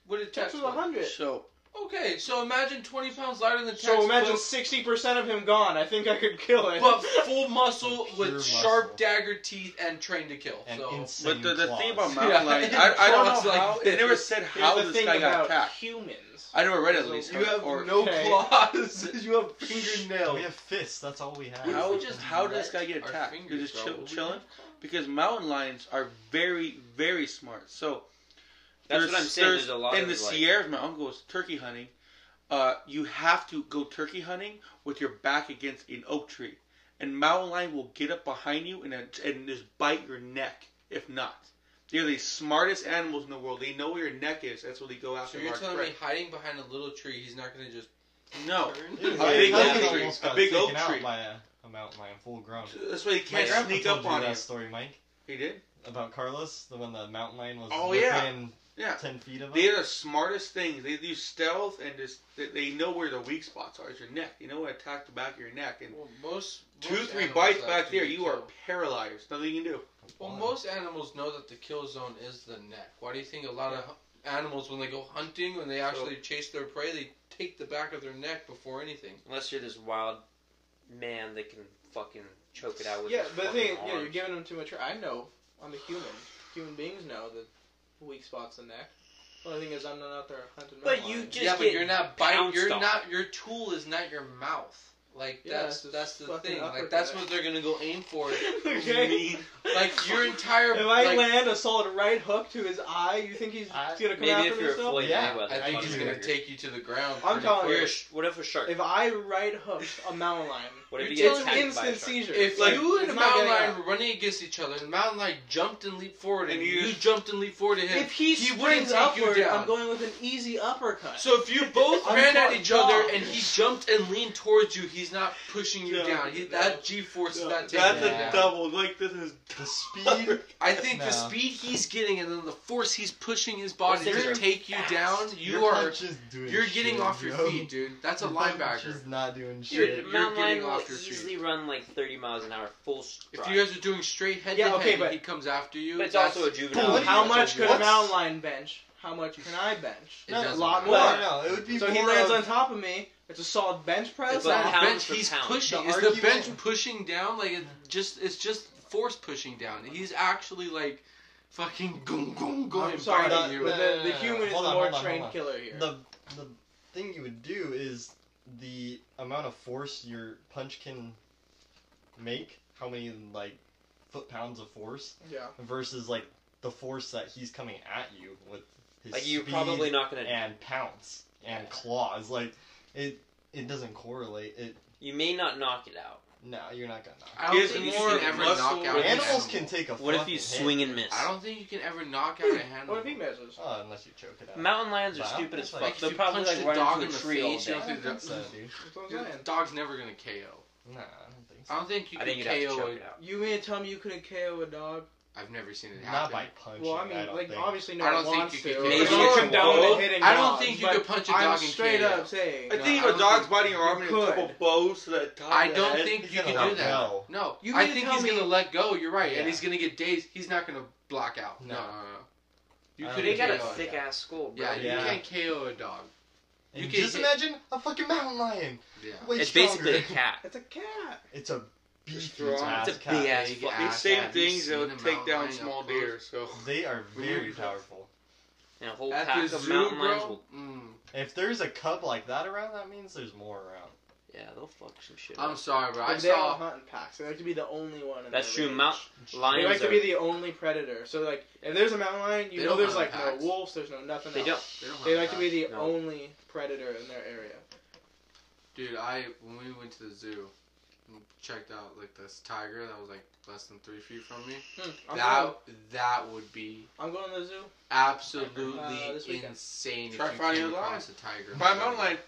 What did
Tex
Tex
was
weigh?
100.
So,
Okay, so imagine twenty pounds lighter than Tex.
So imagine
but-
60% of him gone. I think I could kill it.
but full muscle
Pure
with
muscle.
sharp dagger teeth and trained to kill.
And
so
insane
but the, the thing
claws.
claws.
about mountain lions,
Yeah.
I, I don't
Claws
know
like
how.
this.
It never said
Here's
how
the
this
thing
guy got
about
attacked.
humans.
I never read at
So
least.
you
how-
have
or,
no
Okay.
claws. you have
We
fingernails.
have fists. That's all we have.
How just how does this guy
let
get
our
attacked? You're
fingers
just
grow.
chill,
We
chilling
have claws.
because mountain lions are very very smart. So
That's
there's-
what I'm saying. There's,
there's-
a lot
in
of
the
like,
Sierras. My uncle was turkey hunting. Uh, you have to go turkey hunting with your back against an oak tree, and mountain lion will get up behind you and uh, and just bite your neck if not. They're the smartest animals in the world. They know where your neck is. That's what they go
So
after.
you're
large
telling
prey.
me hiding behind a little tree, he's not gonna just
no?
turn?
Dude,
A
my
big
cousin
oak tree.
almost
A
got
big
taken
oak
out
tree.
By a, a mountain lion, full grown.
That's why they
My
can't
grandpa
sneak
told
up
you
on
that
you.
story, Mike,
He did.
about Carlos, the one the mountain lion was
Oh,
within
yeah. Yeah.
ten feet of him.
They are the smartest things. They do stealth and just they, they know where the weak spots are. It's your neck. They know where to attack the back of your neck. And
Well, most
two,
most
three
animals
bites
have
back
to
there,
be
you are
killed.
paralyzed. Nothing you can do.
Well, most animals know that the kill zone is the neck. Why do you think a lot of hu- animals, when they go hunting, when they actually chase their prey, they take the back of their neck before anything?
unless you're this wild man that can fucking choke it out with.
yeah,
his
but the
fucking
thing, yeah, you're
arms.
giving him too much. I know. I'm a human. Human beings know that weak spots the neck. The only thing is, I'm not out there hunting.
But
mountain
you
lions.
just
yeah, but
get
you're not biting.
pounced
You're
on.
not. Your tool is not your mouth. Like
Yeah,
that's
it's
that's
just
the
fucking
thing. Like
uppercut.
that's what they're gonna go aim for.
okay.
like your entire.
If I
like,
land a solid right hook to his eye, you think he's
I-
gonna come
Maybe
after
if
me
you're a
still?
Floyd
Yeah,
Mayweather,
I think
Fuck
he's
you.
gonna
motherfucker.
take you to the ground.
I'm
pretty
telling
Or
quick.
you.
you're a sh- what if a shark?
If I right hooked a mountain lion,
what if
you're
he gets
telling
attacked
me
by a
instant
shark?
seizure.
If
Like,
you and
it's
a
not
mountain
getting
lion
out.
were running against each other, and the mountain lion jumped and leaped forward, and,
And
you,
you-
jumped and leaped forward to him.
If he,
he
springs
wouldn't take
upward,
you down.
I'm going with an easy uppercut.
So if you both
I'm
ran at
not
each other
dog.
and he jumped and leaned towards you, he's not pushing you
No,
down. He,
no.
That G force is not
That's
taking you
Yeah.
a
down.
double. Like this is
the speed.
I think the
No.
speed he's getting and then the force he's pushing his body
Listen,
to
you're
take you
fast.
down, you
your
are
punch is doing
you're getting
shit,
off your
yo.
feet, dude. That's a
Your punch
linebacker.
is not doing
You're-
shit.
you're
mountain lion
getting
will
off your feet.
easily run like 30 miles an hour full stride.
If you guys are doing straight head
Yeah,
to
okay,
head, and
but-
he comes after you.
but it's
that's-
also a juvenile.
Boom.
How
That's
much
a
could a
what's-
mountain lion bench? How much can I bench?
It
No,
doesn't
a lot
matter.
No, no,
more.
no, it would be
So
more
he lands
of,
on top of me. It's a solid bench press.
It's
But
not
pound
bench.
for
He's
pound.
pushing.
The
is the
argument-
bench pushing down? Like it's just it's just force pushing down. He's actually like fucking going going going
I'm
and
sorry,
biting
but
you.
No,
the,
no, no,
the
no.
human is
Hold
the
on,
more
hold on,
trained
hold on.
killer here.
the the thing you would do is the amount of force your punch can make, how many like foot pounds of force
yeah.
versus like the force that he's coming at you with his
like you're
speed
probably not gonna.
and pounce and claws. Like it it doesn't correlate. It
You may not knock it out.
no, you're not gonna. knock.
I don't
Gives
think you
more
can ever
muscle
knock out
What if
an
Animals
animal.
can take a.
What if
fucking
you
hit.
swing and miss?
I don't think you can ever knock out an animal.
What if he misses?
Oh, unless you choke it out.
Mountain lions are
But I
stupid
don't
as
think,
fuck.
like,
if
They'll
you
probably
punched
like
a
run
dog
into
in
a
the
tree all
face, you
day.
don't
I don't think so, dude.
That's what I'm
Your
saying.
dog's never gonna KO.
Nah, I don't think so.
I don't think you
I
can
think you'd have to
KO.
choke it
it.
out.
You mean to tell me you couldn't KO a dog?
I've never seen it happen.
Not by punching.
Well, I mean,
Oh, I don't
like
think.
obviously no
I
one
don't think
wants
you
to.
could
It's
Maybe
all
you
about
could down
the
with-
hitting
I don't
dogs,
think you
but
could punch a
I'm
dog and
straight
KO.
up saying.
I
No,
think
I
if a
don't
dog's
think-
biting your arm and
you
a couple
could.
bows to the top
I
of the
don't
head,
think you
gonna
can do
let
that.
go.
No,
You
I
gotta
think
tell
he's
me-
gonna let go. You're right,
Yeah.
and he's gonna get dazed. He's not gonna block out. No,
No.
no, no. You
I don't
couldn't
They got a
KO
thick
dog.
ass skull, bro.
Yeah,
Yeah.
you can't KO a dog.
And
you can
just
hit-
imagine a fucking mountain lion.
Yeah.
Way
It's
stronger.
basically a cat.
It's a cat.
It's a beefy
strong.
ass
It's a
cat.
big ass
Big
fucking
these
ass
same
cat.
things
You've
will
seen a
take
mountain
down
lion up
small
close.
deer. So
They are
When
very
you-
powerful.
And a whole
At
pack
the
of
zoo,
mountain lions
bro.
will.
Mm,
If there's a cub like that around, that means there's more around.
Yeah, they'll fuck some shit.
I'm
up.
sorry, bro. I
Like, they all
saw.
hunt in packs. They like to be the only one. In
That's true.
their range.
Mount
They like
lions
to
are.
be the only predator. So like, if there's a mountain lion, you
They
know
don't
there's
hunt
like
in packs.
no wolves, there's no nothing.
They don't.
else.
They don't
They
hunt
like to be the
No.
only predator in their area.
Dude, I when we went to the zoo, and checked out like this tiger that was like less than three feet from me.
Hmm, I'm,
that
going,
that would be
I'm going to the zoo.
absolutely
Uh, this weekend.
insane
Try
if you
finding
came
a lion.
across a tiger.
by mountain lion,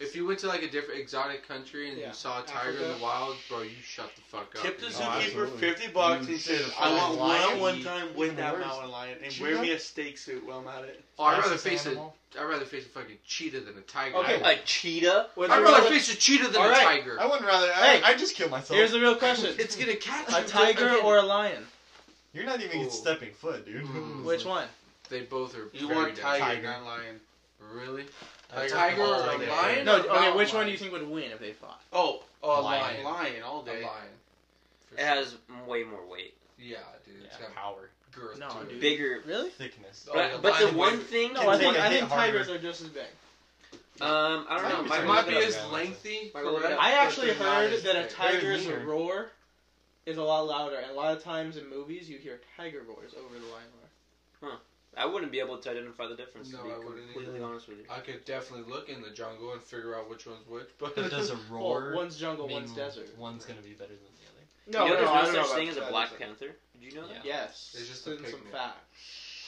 If you went to like a different exotic country and
Yeah.
you saw a tiger in
Africa.
the wild, bro, you shut the fuck up.
tip the
You
Oh,
zookeeper
absolutely.
fifty bucks
You
and says,
should
"I want
find a
one
lion.
one time with
Even
that
worse.
mountain lion and
Shoot
wear
that-
me a steak suit while I'm at it."
Oh, I'd rather
Fastest
face a
animal.
I'd rather face a fucking cheetah than a tiger.
Okay.
I'd,
Like cheetah.
Would
I'd
you
rather
rather-
face a cheetah than
All right.
a tiger.
I wouldn't rather.
Hey!
I, I'd just kill myself.
Here's the real question:
It's gonna catch
a
you.
tiger or a lion?
You're not even
Ooh.
stepping foot, dude.
Mm.
Which one?
They both are.
You
very
want tiger,
dangerous.
Tiger.
not lion.
Really?
A
tiger
all
or a
day.
lion?
No.
Not
Okay. Which one
lion.
do you think would win if they fought?
Oh,
Oh, a
Lion.
lion.
lion all day.
A lion. For
It has way more weight,
Yeah, dude. It's
Yeah,
got
power,
girth
No,
to it.
dude.
bigger.
Really?
thickness.
Oh, yeah,
But, but the
lion
one
weight.
thing,
No, I
Can
think,
take a
I
hit
think
harder.
tigers are just as big.
um, I don't
Tigers
know. My
It
are
might
mom-
be
Yeah.
as
Yeah.
lengthy.
I
correct,
I
but
actually
they're not
heard
as
that a
thick.
tiger's
leaner.
roar is a lot louder, and a lot of times in movies you hear tiger roars over the lion roar.
I wouldn't be able to identify the difference.
No,
to be
I wouldn't
completely
either.
honest with you.
I could definitely look in the jungle and figure out which one's which, but
But does a roar
Well, one's jungle,
mean
one's desert.
One's gonna be better than the
you know,
I
there's
don't
no
know
such
about
thing as a
that.
black
It's
panther. Did you know
Yeah.
that?
like- Yes,
It's just a
in some
pygmy.
fact.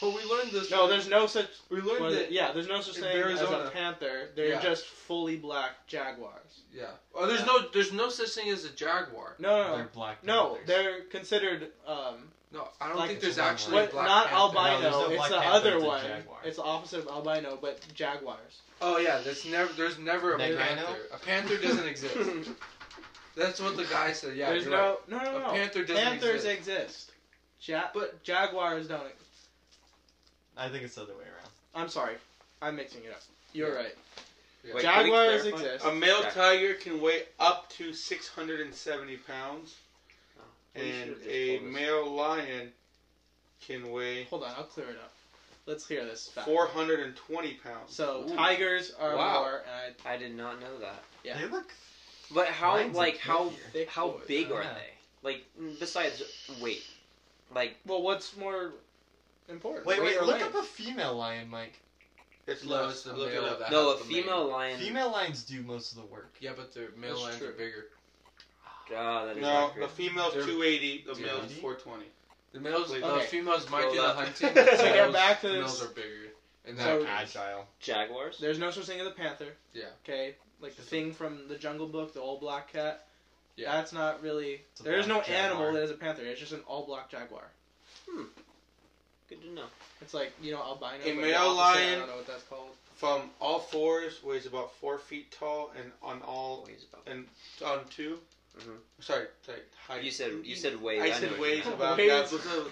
Well, we learned this.
No, there's no such.
we learned
what is
that.
it? yeah, there's no such
in
thing as
Arizona.
a panther. They're
Yeah.
just fully black jaguars.
Yeah. Oh, there's
Yeah.
no, there's no such thing as a jaguar.
No,
other.
no,
They're
no.
black.
No,
panthers.
they're considered um,
No, I don't
Like
think
it's
there's
a
actually a
what,
Like
black
not
panther.
No,
albino.
there's no
it's
black
the
panther,
other
it's a
one.
jaguar.
It's the opposite of albino, but jaguars.
Oh yeah, there's never, there's never a
Negano?
panther. A panther doesn't exist. That's what the guy said. Yeah,
there's
you're
no, no,
right.
no, no.
A panther doesn't
Panthers
exist.
exist. Ja-
But-
but jaguars don't. ex-
I think it's the other way around.
I'm sorry, I'm mixing it up. You're
Yeah.
right.
Yeah.
Wait, can we
jaguars
clarify?
exist.
A male
Jack.
tiger can weigh up to 670 pounds,
Oh, we
and
should've just
a
told us.
male lion can weay
Hold on, I'll clear it up. Let's hear this fact.
420 pounds.
So
Ooh.
tigers are
Wow.
more uh, and
I did not know that.
Yeah.
They look.
But how
Lions are
like how
bigger.
thick
how
boys.
big are
Yeah.
they? Like mm, besides weight, like
Well, what's more important?
Wait, wait.
or
Look
length?
up a female lion, Mike.
It's
No,
less.
it's the
Look it
male
up.
that
no, a
has the mane.
female lion.
Female lions do most of the work.
Yeah, but the male
That's
lions are
true.
bigger.
God, that is
No,
accurate.
the female's
They're-
280, the
Yeah.
male's 420.
The males,
Wait,
the
okay.
females might
Scroll
do the
up.
hunting.
To
the
get
males-
back to
the
this-
males are bigger. And that
So-
case.
Agile.
jaguars.
There's no such thing as a panther.
Yeah.
Okay. Like the thing from the Jungle Book, the all black cat.
Yeah.
That's not really.
It's a
There is no
black
animal
jaguar.
that is a panther. It's just an all black jaguar.
Good to know.
It's like you know albino.
A
but the
male
opposite, I
lion-
don't know what that's called.
From all fours, weighs about 4 feet tall, and on all,
Weighs about.
on 2
Mhm.
Sorry, sorry, height.
You said you said weight.
I
know
said
what
weighs
you meant.
about.
Weighs.
Yeah, look it up.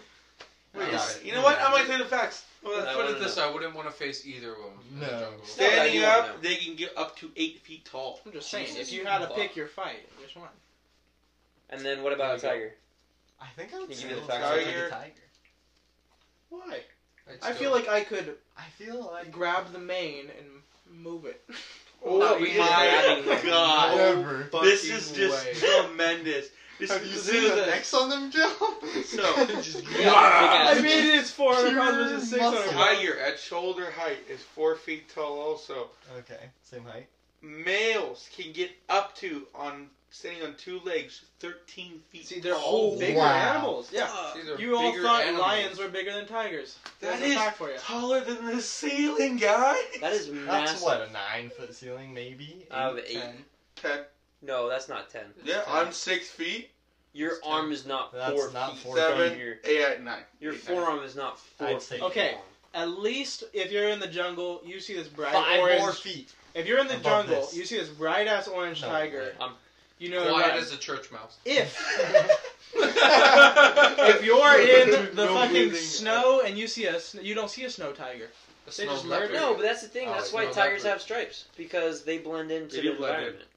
Wait,
Yeah.
is-
You know what? I might say the facts.
Well, that's
Put
what
it
it
this
is.
way, I wouldn't want to face either of them. in the
No.
jungle.
Stand-
Standing
you wanna know.
up, they can get up to 8 feet tall.
I'm just saying,
Jesus,
if you had to
fuck.
pick your fight, which one?
And then what about a
There
tiger?
I think I would
Can you
say
give me the
it's
facts
like
on
a
tiger?
tiger.
Why?
I'd
I
still-
feel like I could
I feel like.
grab the mane and move it.
Oh
No, you
didn't
my
grab it.
god.
Whatever.
Fucking
This is just
way.
tremendous. This
Have you
is
seen the
this-
necks on them, Joe?
So-
Just-
Yeah, big ass.
I mean, it's 400 pounds versus
Pure
600
muscle.
pounds.
Tiger at shoulder height is four feet tall. Also,
Okay, same height.
males can get up to on standing on two legs, thirteen feet.
See, they're
Oh,
all bigger
wow.
animals. Yeah.
Uh,
These are
You all
bigger
thought
animals.
lions were bigger than tigers.
That
That's
is-
a fact for you.
taller than the ceiling, guys.
That is
That's
massive.
what a nine foot ceiling, maybe.
I have
Eight,
eight.
ten.
ten.
No, that's not ten.
Yeah, I'm six feet.
Your
It's
arm is not
That's
four
not
feet
four
from
feet.
your
Eight at nine.
your
Eight, nine.
forearm is not four.
I'd say
feet
Okay.
long.
At least if you're in the jungle, you see this bright
Five
orange.
more feet.
If you're in the
above
jungle,
this.
you see this bright ass orange
No
tiger.
way.
I'm-
You know,
Quiet
right.
as a church mouse.
if
a
if you're in the
No
fucking
breathing.
snow and you see a sn- you don't see a snow tiger.
snow
just
leopard.
murdered-
No, but that's the thing.
Oh,
That's
no,
why
not
tigers
really.
have stripes because they blend into
They
the
do blend in.
environment.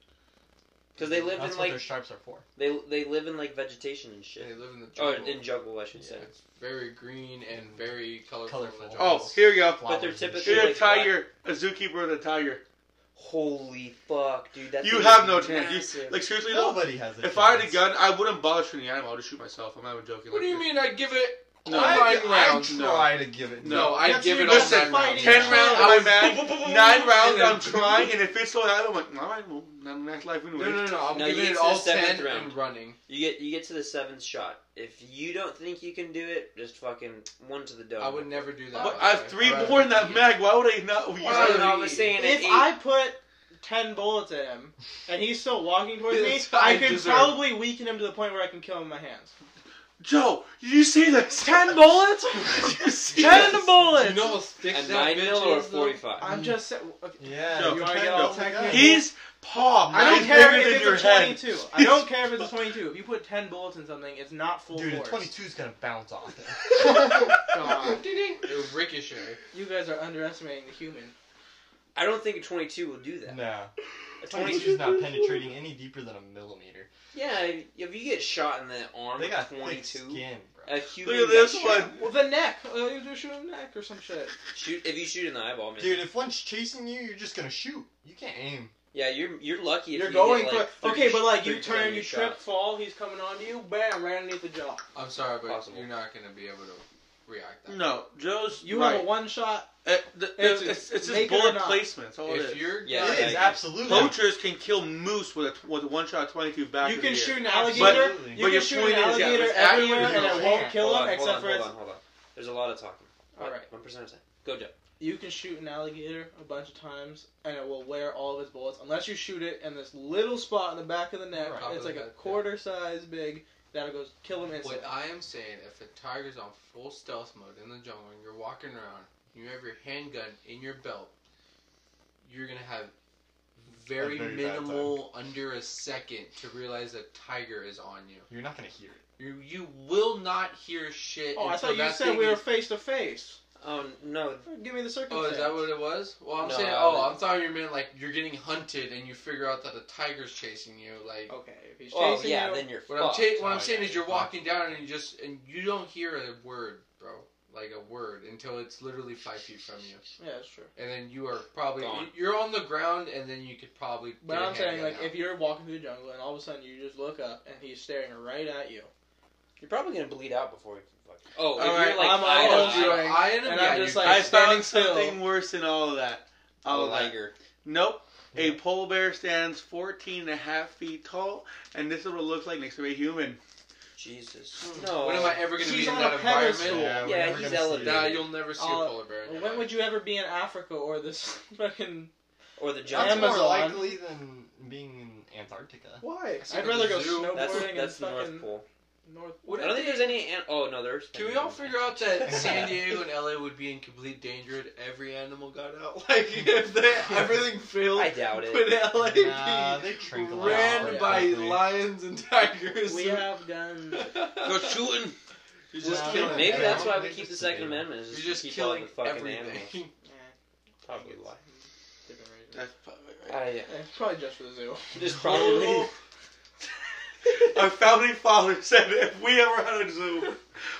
Because they live
That's
in
what their
like
stripes are for.
they they live in like vegetation and
They
shit.
live in the
Oh,
jungle.
in jungle, I should say.
It's very green and very colorful. in the
Colorful.
jungle.
Oh, here we go.
Flowers
they're
and
typically-
shit.
You're a
like
tiger. A zookeeper and a tiger.
Holy fuck, dude! That
You
thing
have
is
no chance. You-
massive.
Like seriously though,
Nobody has a
if I had a
chance.
gun, I wouldn't bother shooting the animal. I'd just shoot myself. I'm not even joking.
What
like
do you
this.
mean I'd give it
No.
nine
I-
I
rounds? No.
try to give it.
No,
to-
I'd
That's
give
you
it all
just
nine
fighting
rounds.
it.
Ten rounds, I'm mad. Nine rounds,
And then-
I'm trying, and if it's still out, I'm like, all right, well, not next life anyway.
No, no, no. I'm
No, you
giving
get
it
to the
all
seventh
ten
round.
and running.
You get you get to the seventh shot. If you don't think you can do it, just fucking one to the dome.
I would never do that.
But I have three more in that mag. Why would I not? use
Why
So
would
that?
then all of a sudden,
If
an eight-
I put ten bullets at him and he's still walking towards me,
That's what
I
I
could
deserve.
probably weaken him to the point where I can kill him with my hands.
Joe, did you see this?
Ten bullets?
Did you see
ten
this?
bullets?
You know how thick
a
that
nine
bitch
mil or a
is, though?
forty-five.
Mm.
I'm just saying.
Yeah,
No,
you Oh wanna
pretend
get
no.
all technical?
His paw.
I don't
is
care
bigger
if
than
it's
your
a
head.
22. I don't care if it's a 22. If you put 10 bullets in something, it's not full
Dude, a
force.
22's gonna bounce off it.
God.
It would ricochet.
You guys are underestimating the human.
I don't think a twenty-two will do that.
no,
A
22's not penetrating any deeper than a millimeter.
Yeah, if you get shot in the arm,
They got
with
thick
22.
skin, bro.
A human
Look at
got
this
shot.
one.
Well, the neck. Uh, you just shoot him in the neck or some shit.
Shoot if you shoot in the eyeball, man.
Dude, if one's chasing you, you're just gonna shoot. You can't aim.
Yeah, you're you're lucky if
You're
you
going
get, like,
for.
30
Okay, but like you
30
turn, you
damage
trip,
shots.
fall, he's coming on to you, bam, right underneath the jaw.
I'm sorry, but
Possible.
you're not gonna be able to react. That
No, Joe's.
You
right.
have a one shot.
Uh, the, it's, it's, it's
Make
just
it or
bullet
not.
placement. That's all it
If
is.
you're
Yeah,
gun-
it is
yeah.
absolutely.
Poachers can kill moose with a with a one shot twenty two back.
You
of
can
the ear.
shoot an
Absolutely.
alligator.
But-
You
but
can
your
shoot
point
an
is, yeah,
alligator
it's
accurate
everywhere and
as
it
you
won't
can.
kill
hold
him
on, hold
except
on,
for
hold
it's.
on, hold on. There's a lot of talking.
Alright.
one percent of time. Go, Joe.
You can shoot an alligator a bunch of times and it will wear all of his bullets unless you shoot it in this little spot in the back of the neck.
Right.
It's like a
Yeah.
quarter size big. That'll go kill him instantly.
What I am saying, if a tiger's on full stealth mode in the jungle and you're walking around, you have your handgun in your belt, you're gonna have very,
A very bad
minimal, under a second, to realize a tiger is on you.
You're not gonna hear it.
You you will not hear shit.
Oh, I
until
thought you
that
said
thing
we were
is-
face to face.
Oh no,
Give me the
Oh,
circumstance.
is that what it was? Well, I'm
No,
saying,
I
oh,
haven't.
I'm sorry, you meant like you're getting hunted and you figure out that a tiger's chasing you. Like
Okay, if he's
Oh
chasing
yeah,
you,
then you're
what I'm
fucked.
cha- what
Oh,
I'm saying
yeah,
is you're
you're
walking
fucked.
down and you just and you don't hear a word, bro. Like a word until it's literally five feet from you.
yeah, that's true.
and then you are probably
Gone.
you're on the ground, and then you could probably.
But
get a
I'm saying,
handgun
like,
out.
if you're walking through the jungle and all of a sudden you just look up and he's staring right at you,
You're probably gonna bleed out before you can fuck. Oh, if
Alright,
you're like
I'm
eye to
all
eye,
doing-
you're eyeing him,
and
yeah,
I'm just
you-
like
I
standing
found
still.
something worse than all of that. All
a
of that.
liger.
Nope. A polar bear stands 14 and a half feet tall, and this is what it looks like next to a human.
Jesus. No.
when am I ever gonna
She's
be in
on
that
a pedestal.
environment?
we're
Yeah,
never
he's
gonna see
elevated.
Nah,
it.
you'll never see
I'll-
a polar bear. in your
when
life.
would you ever be in Africa or this fucking?
Or the
That's
giant.
Amazon.
more likely than being in Antarctica.
Why?
I've seen
I'd rather go
zoo.
snowboarding
That's that's
and fucking
North Pole.
North.
Would
I don't
it
think there's any. An- oh no, there's.
Can we all figure out that San Diego and LA would be in complete danger if every animal got out? Like if they, everything failed,
I doubt it.
Would LA be
Nah, they drink a lot.
ran
Yeah,
by
honestly.
lions and tigers?
We have guns.
Go shooting.
You're just
Nah,
killing.
Maybe
Yeah,
that's
I
why
don't
we
think
keep the
it's
Second
debatable.
Amendment. Is
You're
just,
just
to keep all
killing
the fucking animals.
everything.
Yeah,
Probably why.
different reasons.
That's probably right.
Ah, yeah.
Yeah, it's Eh, probably just for the zoo.
Just probably.
Our founding father said if we ever had a zoo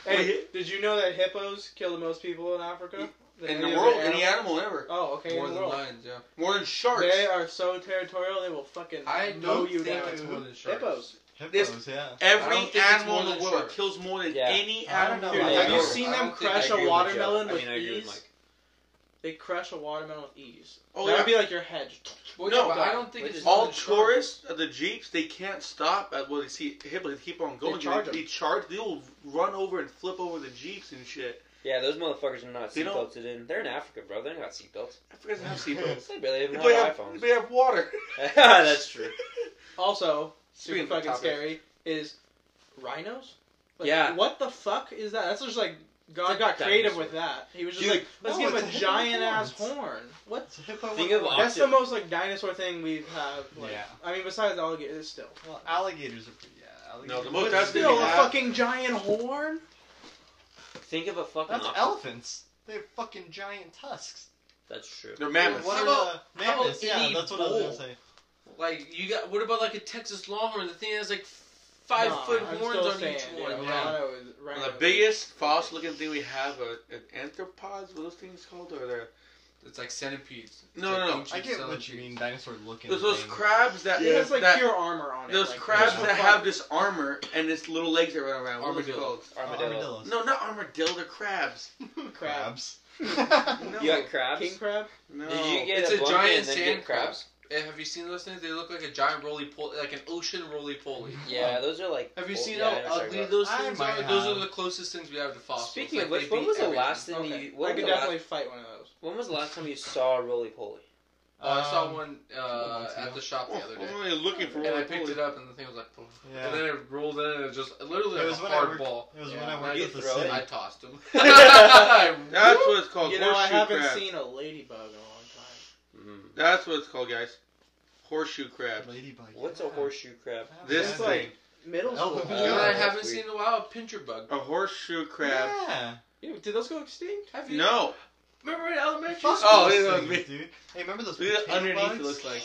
Hey, did you know that hippos kill the most people in Africa? Than
in
any
the
other
world,
animal?
any animal ever,
Oh, okay.
More
in the
than
world.
lions, yeah.
more than sharks.
They are so territorial. They will fucking
I
mow
don't
you
think
down.
it's more than sharks.
Hippos.
Hippos, yeah.
I
Every
don't think it's
animal
more
in the
than
world
sharks.
kills more than
Yeah.
any
I don't
animal.
know
in
about
the
have you
world.
don't-
seen
I
them
don't think I
crush
agree with
a
Joe.
I
watermelon
mean,
with,
I agree with
ease?
Mike.
They crush a watermelon with ease.
Oh,
that
yeah.
would be like your hedge.
Well,
No,
yeah, but
but
I don't think
but
it's
just
All
more than sharks.
tourists of the jeeps, they can't stop at what they see. Hippos they keep on going. They
charge
charge. They,
'em.
charge. They will run over and flip over the jeeps and shit.
Yeah, those motherfuckers are not
They don't-
seatbelted in. They're in Africa, bro. They don't got seatbelts.
I forget they have seatbelts.
They barely even
They
have
probably have, they
iPhones.
probably have water.
That's true.
Also,
Speaking
super
of the
fucking
topic.
scary is rhinos? Like,
Yeah.
What the fuck is that? That's just like God
It's a
got creative
dinosaur.
with that. He was just
Dude,
like, let's
no,
give
it's
him
a
a
hippo
giant
horn.
ass horn. What?
It's a hippo.
Think of
That's the
Octo-
most like dinosaur thing we've have. Like,
Yeah.
I mean, besides alligator, it's still.
Well, alligators are pretty. Yeah,
No,
alligators.
the most
But
I've
still, a
have-
fucking giant horn.
Think of a fucking.
That's
oct-
elephants. They have fucking giant tusks.
That's true.
They're mammoths.
What
How
about
about- how about
mammoths? Yeah,
any
that's what I was gonna
bull?
say.
Like you got what about like a Texas Longhorn? The thing has like five
Nah,
foot
I'm
horns
still
on each
saying,
one.
dude,
Yeah.
rhino is- rhino
Well,
is-
the biggest fossil looking thing we have are an anthropods. What are those things called? Or they're
It's like centipedes. It's
No,
like
no, no,
ancient
I get what you
centipedes.
mean. Dinosaur looking.
those, those crabs that
It has like
that-
pure armor on it.
those
like,
crabs
just for
that
fun.
have this armor and this little legs that run around. What are those
Armadillo.
called?
Oh,
Armadillo.
Armadillos.
No, not armadillo. They're crabs.
crabs.
No.
You got crabs.
king crab.
No.
Did you get
It's
a,
a
blanket
giant
and then
sand
get crabs?
Eh, have you seen those things? They look like a giant roly poly, like an ocean roly poly.
Yeah, those are like.
Have you
old-
seen
Oh, yeah, I know
how
what you're
ugly
talking
those
I
things
might
are? Those
have.
are the closest things we have to
about.
fossils.
Speaking
Like,
of
they
which, when
beat
was the
everything.
last thing
Okay.
you? When
I
was
could
the, last,
definitely fight one of those.
when was the last time you saw a roly poly?
Oh, I saw
Um,
one
couple
uh,
months
at
ago.
the shop the
Oh,
other
I'm
day,
really looking for
and I
one.
picked it up, and the thing was like, poof.
Yeah.
and then it rolled in, and it just literally
It
like
was
a
when I
hard
worked-
ball.
It was
Yeah,
when I
I
worked at
did
the
throw it.
city.
I tossed him. I-
That's what it's called.
you know, I
Oh, horseshoe
haven't
crab.
seen a ladybug in a long time.
Mm.
That's what it's called, guys. Horseshoe crab.
Ladybug.
What's a horseschool crab?
This
It's
thing,
like- Middle
Oh,
school.
You know what
Yeah.
Uh, I haven't
Weird.
seen in a while? A pincher bug.
a horseshoe crab.
Yeah.
Yeah, did those go extinct?
Have you?
No,
Remember in elementary
Fuck
school?
Oh,
those
yeah,
things,
me-
dude. Hey, remember those
look at
potato
underneath
bugs?
it looks like.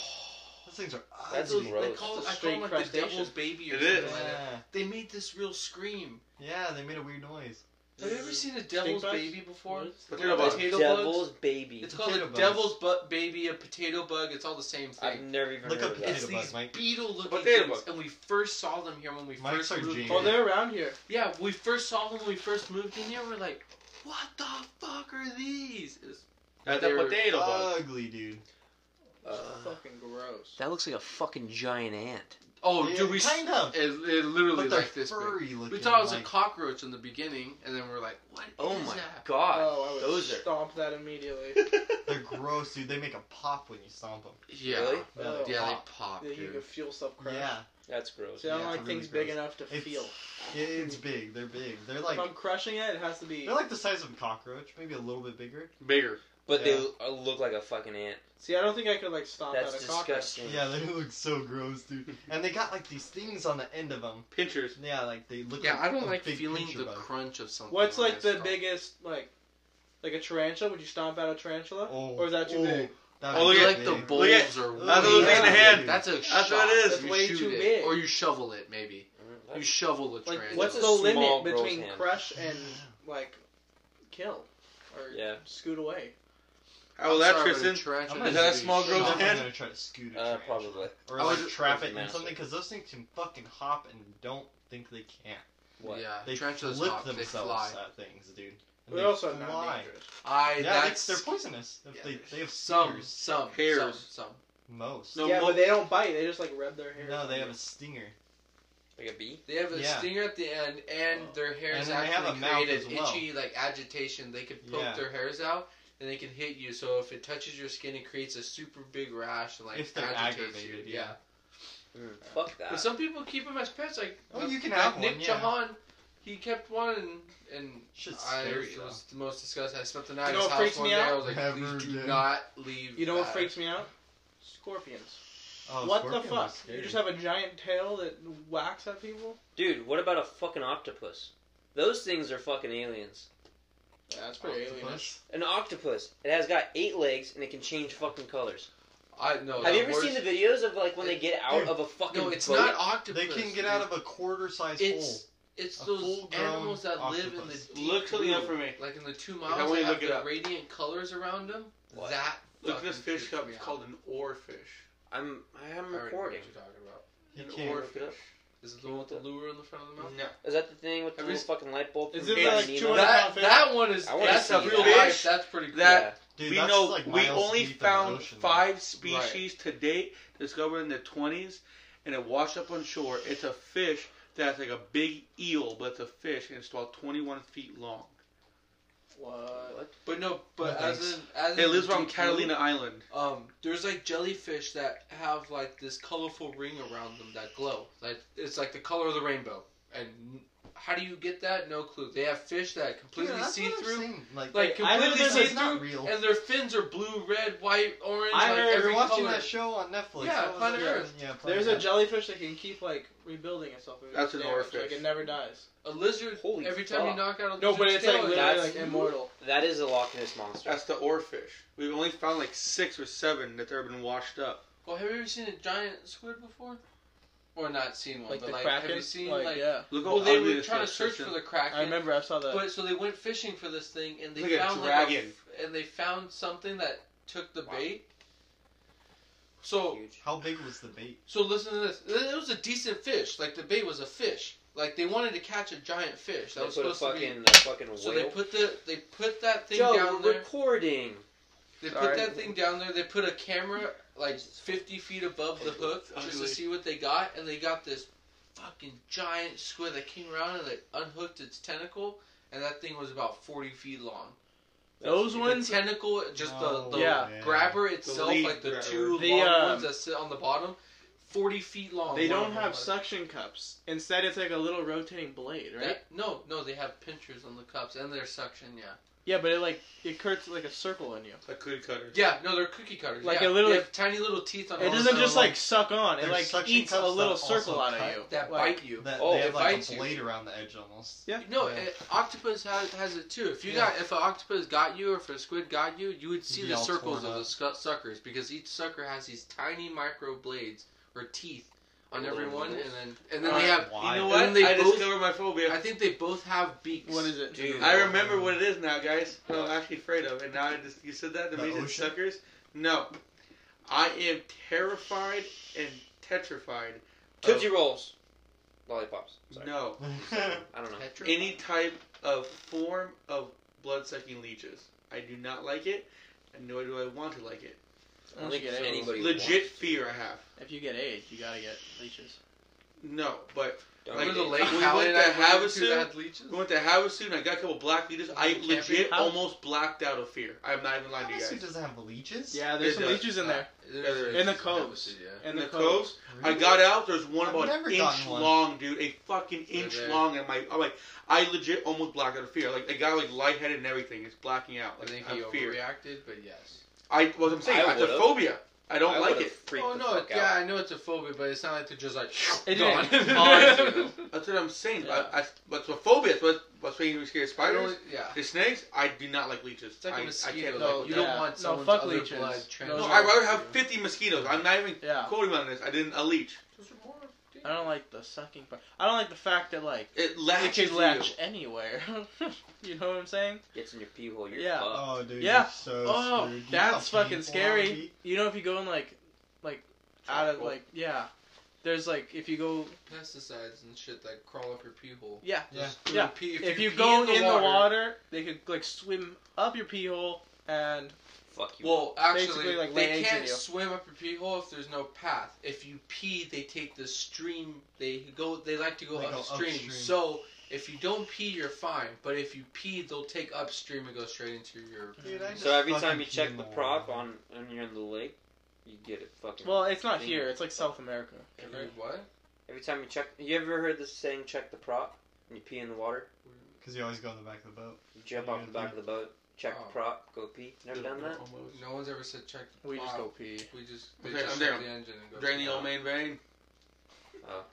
Those things are
That's
ugly.
gross.
They call it,
It's a
I call
straight
them like the
crustacean.
devil's baby or
It
something
is.
like that.
Yeah.
They made this real scream.
yeah, they made a weird noise.
Have you ever seen a devil's
bugs?
baby before?
Potato bugs.
Potato bugs?
Devil's baby.
It's called
Potato
a
bugs.
devil's bu- baby, a potato bug. It's all the same
I've
thing.
never even
Look
heard
up
of that.
It's
Potato bug,
these
Mike.
beetle-looking
Potato
things,
bug.
and we first saw them here when we
Mike's our
first moved.
genius.
Oh, they're around here.
Yeah, we first saw them when we first moved in here. We're like, what the fuck are these? It's-
That's a
They're-
potato bug.
Ugly, dude.
Uh,
fucking gross.
that looks like a fucking giant ant.
Oh,
yeah,
dude, we? s-
kind of.
It, it literally
But they're
like this. big.
furry looking.
We thought it was
like,
a cockroach in the beginning, and then we're like, what is
Oh my
that?
god.
Oh, I would
Those are.
stomp that immediately.
They're gross, dude. They make a pop when you stomp them.
Yeah.
Really?
Oh.
Yeah, they
pop.
pop,
Yeah, you
dude.
can feel stuff crash.
Yeah,
That's gross.
See, I don't
Yeah,
like
it's
things
really
big
gross.
enough to
It's-
feel.
It- it's big. They're big. They're like
if I'm crushing it, it has to be.
they're like the size of a cockroach, maybe a little bit bigger.
Bigger.
But they
Yeah.
uh, look like a fucking ant.
See, I don't think I could like stomp
That's
out a cockroach.
disgusting.
Yeah, they look so gross, dude. And they got like these things on the end of them.
Pinchers.
Yeah, like they look.
Yeah,
like
I don't
a
like
big
feeling
picture
the
bug.
crunch of something.
What's
when
like
I
the
stop.
biggest like, like a tarantula? Would you stomp out a tarantula?
Oh,
Or is that too
oh,
big?
That would
Oh, look
be
at-
like the
big.
bowls
Look at-
are.
look at
way
those in
up.
the hand.
That's a
what
shot.
it is.
That's
You
way
shoot
too
it,
big.
Or you shovel it, maybe.
Mm,
You
that's-
shovel a
Like,
Oh, tarantula.
what's
That's a
the
small
limit
girl's
between
hand.
crush and like kill or
Yeah.
scoot away?
How will
I'm
Oh, that,
sorry, but a
Tristan?
I'm
tarantula
gonna
Is that a
is
small
huge.
I'm
girl's hand?
gonna try to scoot a
Uh,
tarantula.
probably.
Or
I
like
was-
trap it in
Massive.
something because those things can fucking hop and don't think they can.
What?
Yeah,
They
tarantulas
flip
hop, they fly.
themselves at things, dude. And
They're
they
also not
fly.
dangerous.
I
Yeah, they-
that's
they're poisonous. If
yeah,
they they have
some
stingers.
some
Hairs.
some some.
Most.
No,
yeah,
mo-
but they don't bite. They just like rub their hair.
No, they have a stinger.
Like a bee?
They have a
Yeah.
stinger at the end, and their
And
hairs
they have
actually
a mouth
create
as
an
well.
itchy like agitation. They can poke
Yeah.
their hairs out, and they can hit you. So if it touches your skin, it creates a super big rash and like
If they're
agitates
aggravated,
you.
yeah.
Mm, fuck that.
But some people keep them as pets. Like
Oh,
like-
you can
like
have
Nick
one, yeah.
Jahan, he kept one, and, and
Shit
I
scares
it
though.
was the most disgusting. I spent the night
You
at
know
his
what
house
freaks
one
me
day. I
out?
was like,
Never
please do
again.
not leave.
You know what
that.
freaks me out? Scorpions.
Oh,
what the
scorpions are
fuck?
scary.
You just have a giant tail that whacks at people?
Dude, what about a fucking octopus? Those things are fucking aliens.
Yeah, that's
Oh, Octopus?
An octopus. It has got eight legs and it can change fucking colors.
I know.
Have you ever seen the videos of like when they get out
Dude,
of a fucking
No, it's
boat?
not octopus.
They can get out of a quarter size hole.
It's it's
A
those
full-grown
animals that live in the
octopus.
deep
Look something
blue,
up for me.
Like in the two
I
miles,
want
they
you to
have
look it
the
up.
radiant colors around them.
What?
That
Look at this
fucking
fish
freaks
cup.
me
It's
out.
called an oarfish.
I'm I am
I already know what
recording.
you're talking about.
You
An
can't.
oarfish.
Look it up.
Is it the one with the lure on the front of the mouth?
No.
Is that the thing with the
Have you
little fucking light bulb?
Is
from
it
Finding
like
Nemo?
two hundred-
That that one is
I wanna
that's a
see
real
that.
life. That's pretty cool.
That-
Yeah.
Dude,
we
that's
know
like
we
miles
only
deep in the
found
ocean, though.
five species to date discovered in the 20s, and it washed up on shore. It's a fish that's like a big eel, but it's a fish, and it's about 21 feet long.
What?
What?
But no, but
No,
as
thanks.
in as
It
in
lives
the
on
deep
Catalina Island.
blue, Um, there's like jellyfish that have like this colorful ring around them that glow. Like it's like the color of the rainbow. And how do you get that? No clue. They have fish that completely
that's
see
what I'm
through,
saying, Like,
like
I know
completely
this
see
is not
through,
real.
and their fins are blue, red, white, orange.
I
like
remember
every
watching
color.
that show on Netflix.
Yeah,
I was
Planet
like,
Earth.
Yeah,
There's
Planet
a
Earth.
jellyfish that can keep like rebuilding itself. It
That's an
damage,
oarfish.
Like it never dies.
A lizard.
Holy
every time you
fuck.
knock out a
No, but it's
lizard's
like
tail,
literally
it
that's-
like immortal.
That is a Loch Ness monster.
That's the oarfish. We've only found like six or seven that's ever been washed up.
Well, have you ever seen a giant squid before? Or not seen one,
Like
but
the
like,
kraken.
have you seen
like,
like?
yeah,
Look how
Well, they
ugly
were
this
trying to
was,
search
Tristan.
for the kraken.
I remember I saw that.
But so they went fishing for this thing, and they
Like a
found like a,
dragon.
f- and they found something that took the
Wow.
bait. So
Huge.
How big was the bait?
so listen to this. It was a decent fish. Like the bait was a fish. Like they wanted to catch a giant fish. That
They
was
put a
supposed to
fucking, a fucking
be.
whale.
So they put the they put that thing
Joe,
down
we're
there.
recording.
They
Sorry.
put that thing down there. They put a camera like 50 feet above the hook just to
Ugly.
see what they got, and they got this fucking giant squid that came around and like unhooked its tentacle, and that thing was about 40 feet long.
Those
The
ones,
tentacle, just
No,
the, the
Yeah.
man.
grabber itself,
lead
like the
grabber.
two
The,
long
um,
ones that sit on the bottom, 40 feet long.
they
one
don't
of them
have
was.
suction cups. Instead, it's like a little rotating blade, right?
That- no, no, they have pinchers on the cups and their suction. Yeah,
Yeah, but it like it cuts like a circle in you.
A cookie cutter.
yeah, no, they're cookie cutters.
Like,
yeah.
it literally-
they have tiny little teeth on.
It
all
doesn't
the-
just Oh, like suck on. It
There's
like
suction
eats a
cups
little
that
circle
also
out of
cut
you.
that
Like,
bite you.
That,
oh,
they
it
have like
bites
a
you.
blade around the edge almost. Yeah.
No, it, octopus has, has it too. If you
Yeah.
got if an octopus got you or if a squid got you, you would see
Be
the
all
circles
torn
of the
up.
scu- suckers because each sucker has these tiny micro blades or teeth on
Little
every one, and
needles.
then and then
Alright,
they have.
why?
You know
And
what?
then they
I
both-
discovered my phobia.
I think they both have beaks.
what is it?
Dude.
I remember what it is now, guys. What I'm actually afraid of, and now I just you said that the
The
amazing
ocean?
suckers. No, I am terrified and petrified.
Oh.
of-
Tootsie Rolls. Lollipops. Sorry.
No,
I don't know.
Tetra-
any type of form of blood sucking leeches. I do not like it, and nor do I want to like it.
I don't think it is.
anybody would
Legit
want
fear I have.
If you get AIDS, you gotta get leeches.
No, but
to. Don't
Remember
like it.
the lake
We
Howard
went to
that went to
Havasu.
that leeches?
we went to Havasu and I got a couple black leeches. I
Camping
legit
house?
almost blacked out of fear. I'm not even lying to you
Honestly,
guys.
doesn't have leeches.
Yeah, there's uh,
It
some
does.
leeches
Uh,
in there.
There's-
In the
there's-
coves.
Yeah.
And
In the
cove.
coves, I got out. There's one
I've
about
never
an inch
gotten one.
long, dude. A fucking inch
there.
long. And my, I'm like, I legit almost blacked out of fear. Like, I got like lightheaded and everything. It's blacking out.
I
Like,
think
I
he
fear.
overreacted, but yes.
I what I'm saying.
I
it's a
would've.
phobia. I don't
I
like
would've
it.
freaked
oh
the
no,
fuck
yeah,
out.
I know it's a phobia, but it's not like they're just like.
It
gone.
didn't cause
you.
That's what I'm saying.
Yeah.
I, I, that's what phobia. That's what what's making me scared of
I
spiders.
don't- yeah.
The snakes. I do not like leeches.
It's like a
I-
mosquito,
I can't
like,
like
No,
you
leeches.
don't
yeah.
want
No,
someone's
fuck
other
leeches. No,
blood transferred.
No,
those
I'd rather have 50 mosquitoes. I'm not even
Yeah.
quoting on this. I didn't a leech.
I don't like the sucking part. I don't like the fact that like
It
it
latches
can
you.
latch anywhere. you know what I'm saying?
Gets in your pee hole. You're
Yeah.
fucked.
Oh, dude.
Yeah.
you're So
Oh,
screwed. You
that's
got
fucking
people on
scary.
me.
You know if you go in like like out of
Tropical.
like yeah. There's like if you go
Pesticides and shit that crawl up your pee hole.
yeah
Yeah.
Just poo-
Yeah.
pee-
if, you
pee
go in, the, water, they could like swim up your pee hole and
Fuck you.
Well, actually,
Basically, like, lay
they
eggs
can't
in you.
swim up your pee hole if there's no path. If you pee, they take the stream. They go. They like to go,
They go
upstream.
upstream.
So if you don't pee, you're fine. But if you pee, they'll take upstream and go straight into your.
Dude, I just
so every
fucking
time you
peed
check
in
the
water.
prop on and you're in the lake, you get it fucking.
well it's not
Thing.
here, it's like South America.
Every
Mm.
what?
Every time you check, you ever heard this saying? Check the prop. When you pee in the water,
Cause you always go in the back of the boat.
you jump off the back of the boat. Check
Oh.
the prop. Go pee. Never done that.
No one's ever said check. the
We just
plot.
go pee.
We just. They
Okay,
just
I'm
shut
down.
the engine and go.
Drain the old main vein.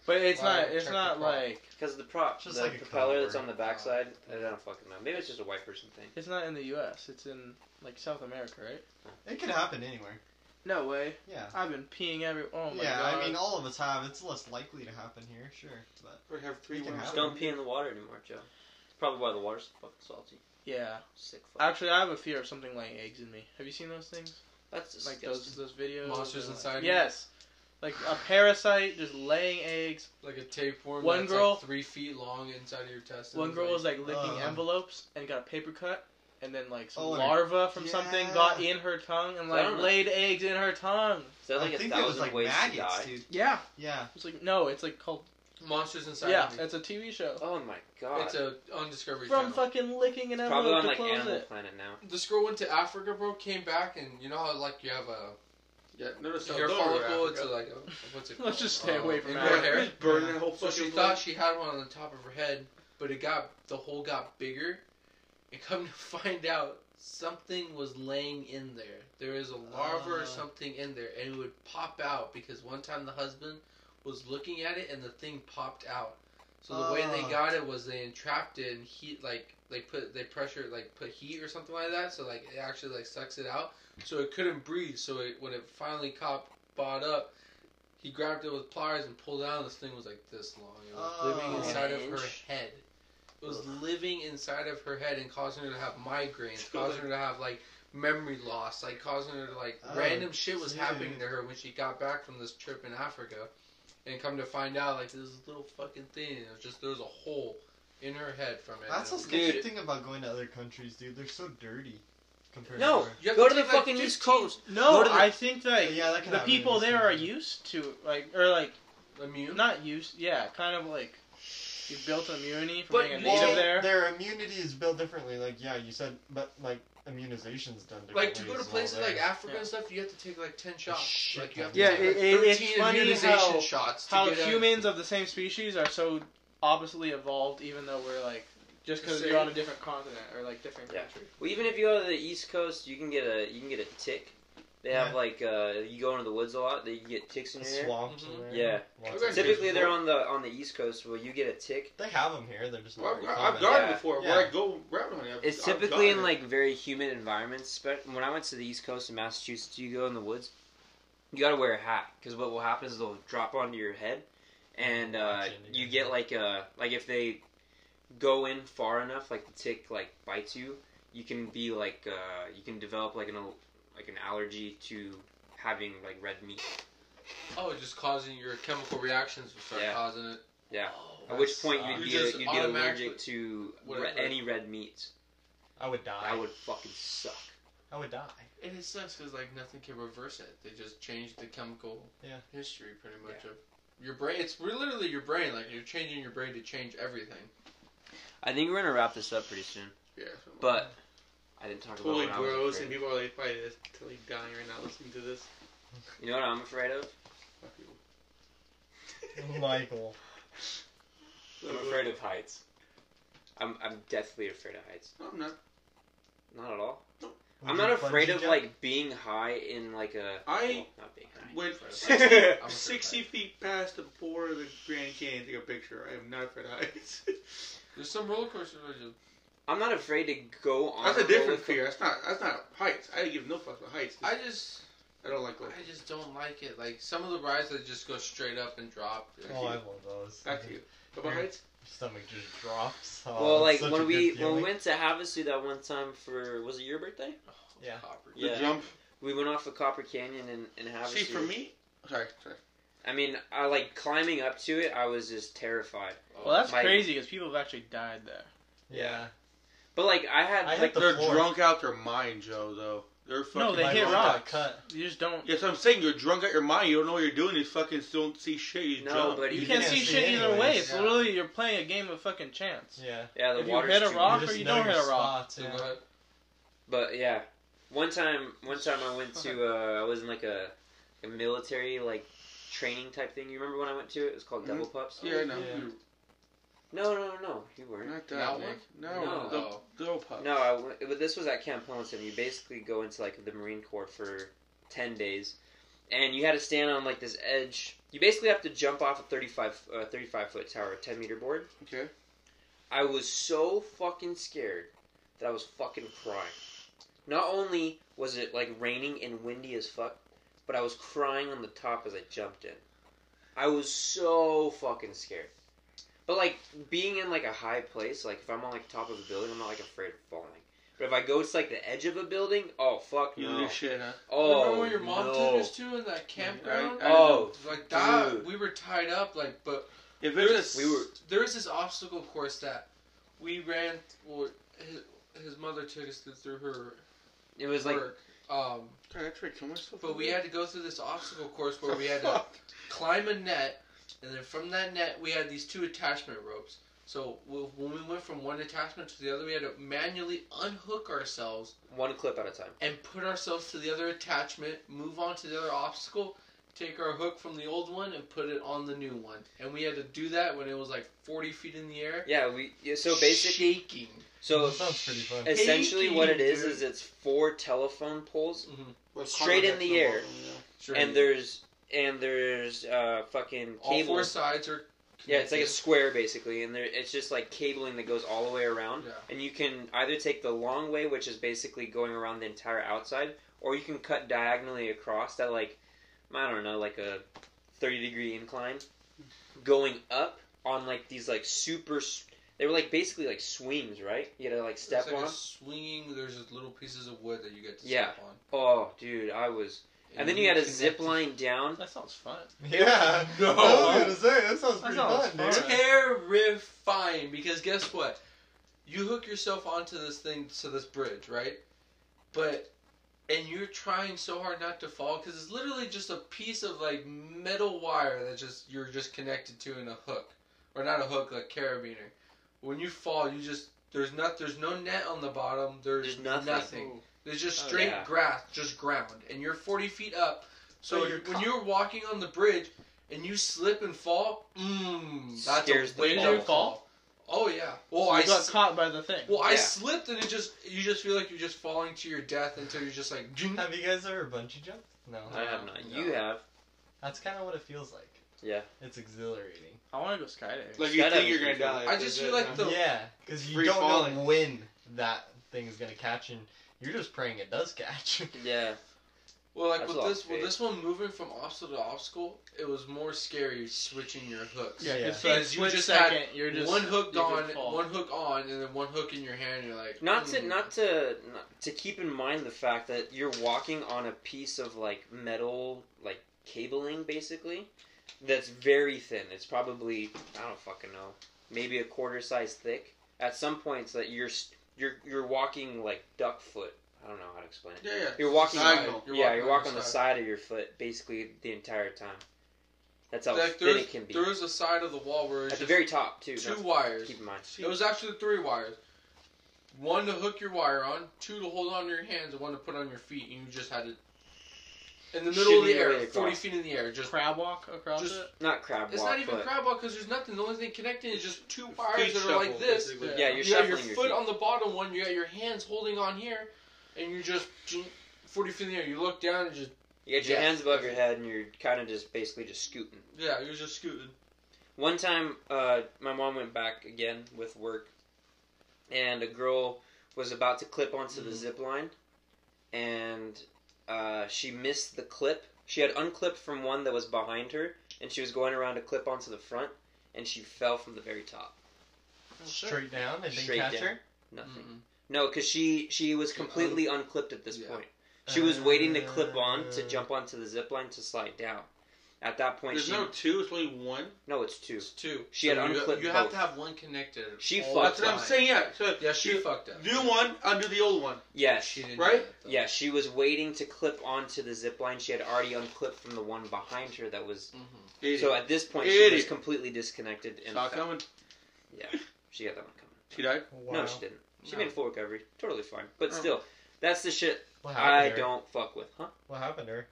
But it's
Wow,
not it's
check
not
the prop.
like
Because the prop,
Just
the
like a
propeller
cover. Oh,
that's on the backside, I don't fucking know. Maybe it's just a white person thing.
it's not in the US, it's in like South America, right?
It could happen anywhere.
No way.
Yeah.
I've been peeing every oh my
yeah,
god.
I mean, all of us have. It's less likely to happen here, sure. But
We have three
You can
women.
have
Just don't pee in the water anymore, Joe. It's probably why the water's so fucking salty.
yeah.
Sick fuck.
Actually, I have a fear of something laying eggs in me. Have you seen those things?
that's
Like
disgusting.
those those videos.
Monsters
and, like-
inside you?
Yes, like a parasite just laying eggs.
Like a tapeworm.
One
that's
girl-
Like three feet long inside of your testicles.
One girl was like licking
uh.
envelopes and got a paper cut, and then like some
Oh, and her-
larva from something
Yeah.
got in her tongue and
So I
like
don't know.
laid eggs in her tongue.
Is that like
I
a
think it
thousand
was like
ways
maggots,
to die?
dude.
Yeah,
Yeah.
it's like no, it's like called.
monsters inside.
yeah,
of you.
it's a TV show.
Oh my god.
It's a undiscovered.
From fucking licking an
probably
envelope
on
to
like
close
Animal
it.
Planet now.
This girl went to Africa, bro. Came back, and you know how like you have a
Yeah, notice how
hair
lower
follicle
Africa-
into like a what's it called?
Let's just stay away from
ingrown
Yeah,
Africa.
hair.
just burn that whole
So she
fucking
thought she had one on the top of her head, but it got the hole got bigger, and come to find out something was laying in there. There was a larva
Ah.
or something in there, and it would pop out because one time the husband was looking at it and the thing popped out. So the way
Ah.
they got it was they entrapped it and heat like they put they pressure like put heat or something like that. So like it actually like sucks it out. So it couldn't breathe. So it, when it finally caught bought up. He grabbed it with pliers and pulled it out. and This thing was like this long. It was
Oh.
living inside of her
Inch.
head. It was living inside of her head and causing her to have migraines, causing her to have like memory loss, like causing her to like
Oh,
random shit was
dude.
happening to her when she got back from this trip in Africa. And come to find out, like this little fucking thing, it was just there was a hole in her head from it.
That's a
And-
sketchy
Dude.
thing about going to other countries, dude. They're so dirty. Compared
No.
To
You have
Go
to
to the
take, like,
fucking East
15
Coast.
No,
Go to the-
I think like
Yeah, that can
the
happen in
people
these
there are
countries.
used to like or like
Immune.
not used. Yeah, kind of like you built immunity from
But
being a
Well,
native there.
Their immunity is built differently. Like yeah, you said, but like immunization's done differently.
Like to go to
as well
places like
there.
Africa and stuff, you have to take like ten shots.
shit
like you have to
ton.
take
Yeah,
like,
it- it- it's
13
funny
immunization
how-
shots to
How
get out.
humans of the same species are so obviously evolved, even though we're like just because
Same.
you're on a different continent or like different
Yeah.
country.
Well, even if you go to the East Coast, you can get a you can get a tick. They have
Yeah.
like uh, you go into the woods a lot. They get ticks in your ear.
swamps.
Mhm.
and
Yeah.
Lots
Okay.
of-
Typically, they're on the on the East Coast. Where you get a tick.
They have them here. They're just not
Well,
very
I've, I've
common.
gotten
Yeah.
it before.
Yeah.
Where I go rabbit hunting, I've,
It's
I've
typically
gotten
in
it.
like very humid environments. But when I went to the East Coast in Massachusetts, you go in the woods. You gotta wear a hat because what will happen is they'll drop onto your head, and uh,
Gotcha, yeah.
you get like a like if they go in far enough, like the tick like bites you, you can be like uh, you can develop like an al- like an allergy to having like red meat.
Oh, just causing your chemical reactions will start
Yeah.
causing it.
Yeah.
Oh,
At which point
sucks.
you'd be
You just
you'd be allergic
automatically-
to re-
Whatever.
any red meat.
I would die.
That would fucking suck.
I would die.
and it sucks because like nothing can reverse it. They just change the chemical
Yeah.
history pretty much of your brain. It's re- literally your brain. Like you're changing your brain to change everything.
I think we're gonna wrap this up pretty soon.
Yeah.
But I didn't talk
totally
about what I was
gross, and
afraid.
people are like probably just totally dying right now listening to this.
You know what I'm afraid of?
Michael.
I'm afraid of heights. I'm I'm deathly afraid of heights.
No, I'm not.
Not at all.
Would
I'm
you
not afraid
bungee
of
jump?
like being high in like a.
I
well, not being
went
Afraid
sixty,
I'm afraid of
60 feet past the border of the Grand Canyon to take a picture. I am not afraid of heights.
There's some roller coasters. Where you
I'm not afraid to go on.
that's a
roller
different
co-
fear. That's not. That's not heights. I give no fucks about heights. I,
I just,
I don't like
I
heights.
just don't like it. Like some of the rides that just go straight up and drop.
Oh, I love those.
Back to you. About
Yeah.
heights.
Stomach just drops. Oh,
Well, like
that's such a
when we
good
when we
feeling.
went to Havasu that one time for was it your birthday?
Yeah.
oh, Copper.
Yeah.
The jump.
We went off of Copper Canyon and and Havasu.
See, for me, sorry, sorry.
I mean, I like climbing up to it. I was just terrified.
Oh,
Well, that's
my-
crazy because people have actually died there.
Yeah.
But like I had
I
like
hit the
They're
floor.
drunk out their mind, Joe. Though they're fucking.
Oh, they
My
hit
mom
drunk.
got
rocks.
Cut.
You just don't.
Yes, I'm saying you're drunk out your mind. You don't know what you're doing. You fucking still don't see shit. You
no,
jump.
but
You
even
can't
if-
see shit either way. It's
Yeah.
literally you're playing a game of fucking chance.
Yeah.
Yeah, the
if you
water's
hit a
too
rock
deep.
or
just
Oh, you
know
don't
your
hit a rock.
spots,
So
yeah.
go ahead.
But yeah, one time, one time I went to uh, I was in like a, a military like training type thing. You remember when I went to it? It was called
Mhm.
Double Pups.
yeah, no,
Yeah.
No, no, no, you weren't.
not that,
That
Nick.
one?
No,
No.
the dough puff.
No, I went, but this was at Camp Pendleton. You basically go into like the Marine Corps for ten days, and you had to stand on like this edge. You basically have to jump off a 35, uh, 35 foot tower, a ten meter board.
Okay.
I was so fucking scared that I was fucking crying. Not only was it like raining and windy as fuck, but I was crying on the top as I jumped in. I was so fucking scared. But like being in like a high place, like if I'm on like top of a building, I'm not like afraid of falling. But if I go to like the edge of a building, oh fuck
You
no.
lose shit, huh?
Oh
Remember when your mom
no.
took us to in that campground?
I- I-
Oh,
like that,
dude.
we were tied up. Like, but
If
There
it's
was,
a,
we were-
there was this obstacle course that we ran. Well, his, his mother took us through her
It was like
work. Um,
God, I tried to kill myself.
but we had to go through this obstacle course where we had to climb a net, and then from that net we had these two attachment ropes. So w- when we went from one attachment to the other, we had to manually unhook ourselves
One clip at a time.
and put ourselves to the other attachment, move on to the other obstacle, take our hook from the old one and put it on the new one. And we had to do that when it was like 40 feet in the air.
Yeah, we. Yeah, so basically,
shaking.
so
that sounds pretty fun.
essentially, what it is
dude.
is it's four telephone poles,
With
Straight in
Convex
the air.
bottom, yeah.
Sure.
and there's and there's uh fucking
all
cable.
four sides are.
Yeah, it's like a
connected.
square basically, and there it's just like cabling that goes all the way around.
Yeah.
And you can either take the long way, which is basically going around the entire outside, or you can cut diagonally across that like I don't know, like a thirty degree incline, going up on like these like super. s- They were like basically like swings, right? You had to like step
it's like
on.
A swinging. There's just little pieces of wood that you get to
Yeah.
step on.
Oh, dude, I was. And, then you had a zip line down.
That sounds fun.
Yeah.
No.
I was gonna say that sounds
That
pretty
sounds
fun, dude.
fun.
terrifying because guess what? You hook yourself onto this thing to this bridge, right? But and you're trying so hard not to fall because it's literally just a piece of like metal wire that just you're just connected to in a hook, or not a hook, like carabiner. When you fall, you just there's not there's no net on the bottom. There's,
There's nothing.
Ooh.
There's just
Oh,
straight
yeah.
grass, just ground, and you're 40 feet up. So
So you're
when
caught.
you're walking on the bridge and you slip and fall, mmm, that's
Scares
a
the
way
ball.
to fall. Oh yeah. Well,
So
I
you got
s-
caught by the thing.
well I
Yeah.
slipped and it just you just feel like you're just falling to your death until you're just like. "Jing."
Have you guys ever bungee jumped? No.
I have not. You have.
That's kind of what it feels like.
Yeah.
It's exhilarating.
I want to go skydiving.
Like you
Skydiving
think you're
is
gonna
pretty
die.
I just feel like the
yeah, because you
Free
don't know
falling.
when that thing is gonna catch, and you're just praying it does catch.
Yeah.
well like
That's a
with
lot
this
of
with
faith.
this one moving from obstacle to obstacle, it was more scary switching your hooks.
Yeah,
If
yeah.
you
So you
split
just
second, you're just
one hook
you could
on,
fall.
one hook on, and then one hook in your hand. And you're like
Not to
"Mm."
not to not, to keep in mind the fact that you're walking on a piece of like metal like cabling basically that's very thin. It's probably I don't fucking know, maybe a quarter size thick. At some points that you're s- you're you're walking like duck foot. I don't know how to explain it.
Yeah, yeah.
You're walking
Side.
diagonal.
yeah, you're walking
on
on the
side.
side of your foot basically the entire time. That's how
Like,
thin
there's,
it can be.
there was a side of the wall where
At
it's
the
just
very top too.
two
not-
wires.
keep in mind.
It was actually three wires. One to hook your wire on, two to hold on to your hands, and one to put on your feet, and you just had it in the middle of
Shimmy
the
your
air,
way across.
forty feet in the air. Just
crab walk across
Just-
it.
Not crab
it's
walk,
not even
but
crab walk because there's nothing. The only thing connecting is just two wires
Feet
that are like
shuffle,
this.
basically.
yeah, you're
you got your
shuffling your
foot
feet.
on the bottom one. You got your hands holding on here, and you just forty feet in the air. You look down and just
You got your
Yeah.
hands above your head, and you're kind of just basically just scooting.
yeah, you're just scooting.
One time, uh, my mom went back again with work, and a girl was about to clip onto the
Mhm.
zip line, and uh, she missed the clip. She had unclipped from one that was behind her, and she was going around to clip onto the front, and she fell from the very top.
Straight down and
Straight
didn't catch
down.
her.
Mm-hmm.
Nothing. No, because she she was completely unclipped at this
Yeah.
point. She was waiting to clip on to jump onto the zip line to slide down. At that point,
There's
she
no two. It's only one.
no, it's two.
It's two.
She
So
had
you,
unclipped
You have
both.
to have one connected. at
She
all
fucked
That's what I'm
times.
saying. Yeah. So
Yeah, she
you-
fucked up.
New one, undo the old one.
Yeah,
She didn't.
Right?
do that,
Yeah, she was waiting to clip onto the zip line. She had already unclipped from the one behind her that was.
though. Mhm.
So at this point, she was
Idiot.
completely disconnected. And
Saw it
fell.
coming.
she got that one coming.
She died.
Wow.
No, she didn't. She
No.
made full recovery. Totally fine. But
Oh.
still, that's the shit
What happened
I
to her?
don't fuck with, huh?
What happened to her?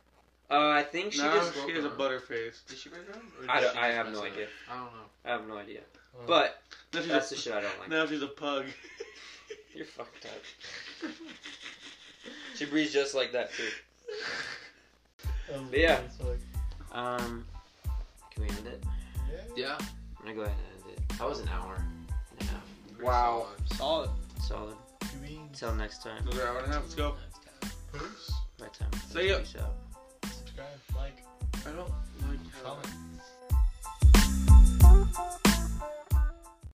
Uh, I think she
She no,
just.
she has a butterface.
Did she break her arm? or
I,
did
don't,
she
I
just
have
mess
no
it up?
idea.
I don't know.
I have no idea.
Oh.
But
Now she's,
that's
a,
the shit I don't like.
now she's a pug.
You're fucked up. She breathes just like that too.
That was
But yeah.
really
Um, can we end it?
slick.
Yeah.
I'm gonna go ahead and end it. That was an hour and a half.
Wow.
Solid.
Solid.
Beans.
Till next time.
Another hour and a half. Let's go.
Peace.
Right time.
See ya.
Peace out.
Subscribe, like,
I don't like how.
comment.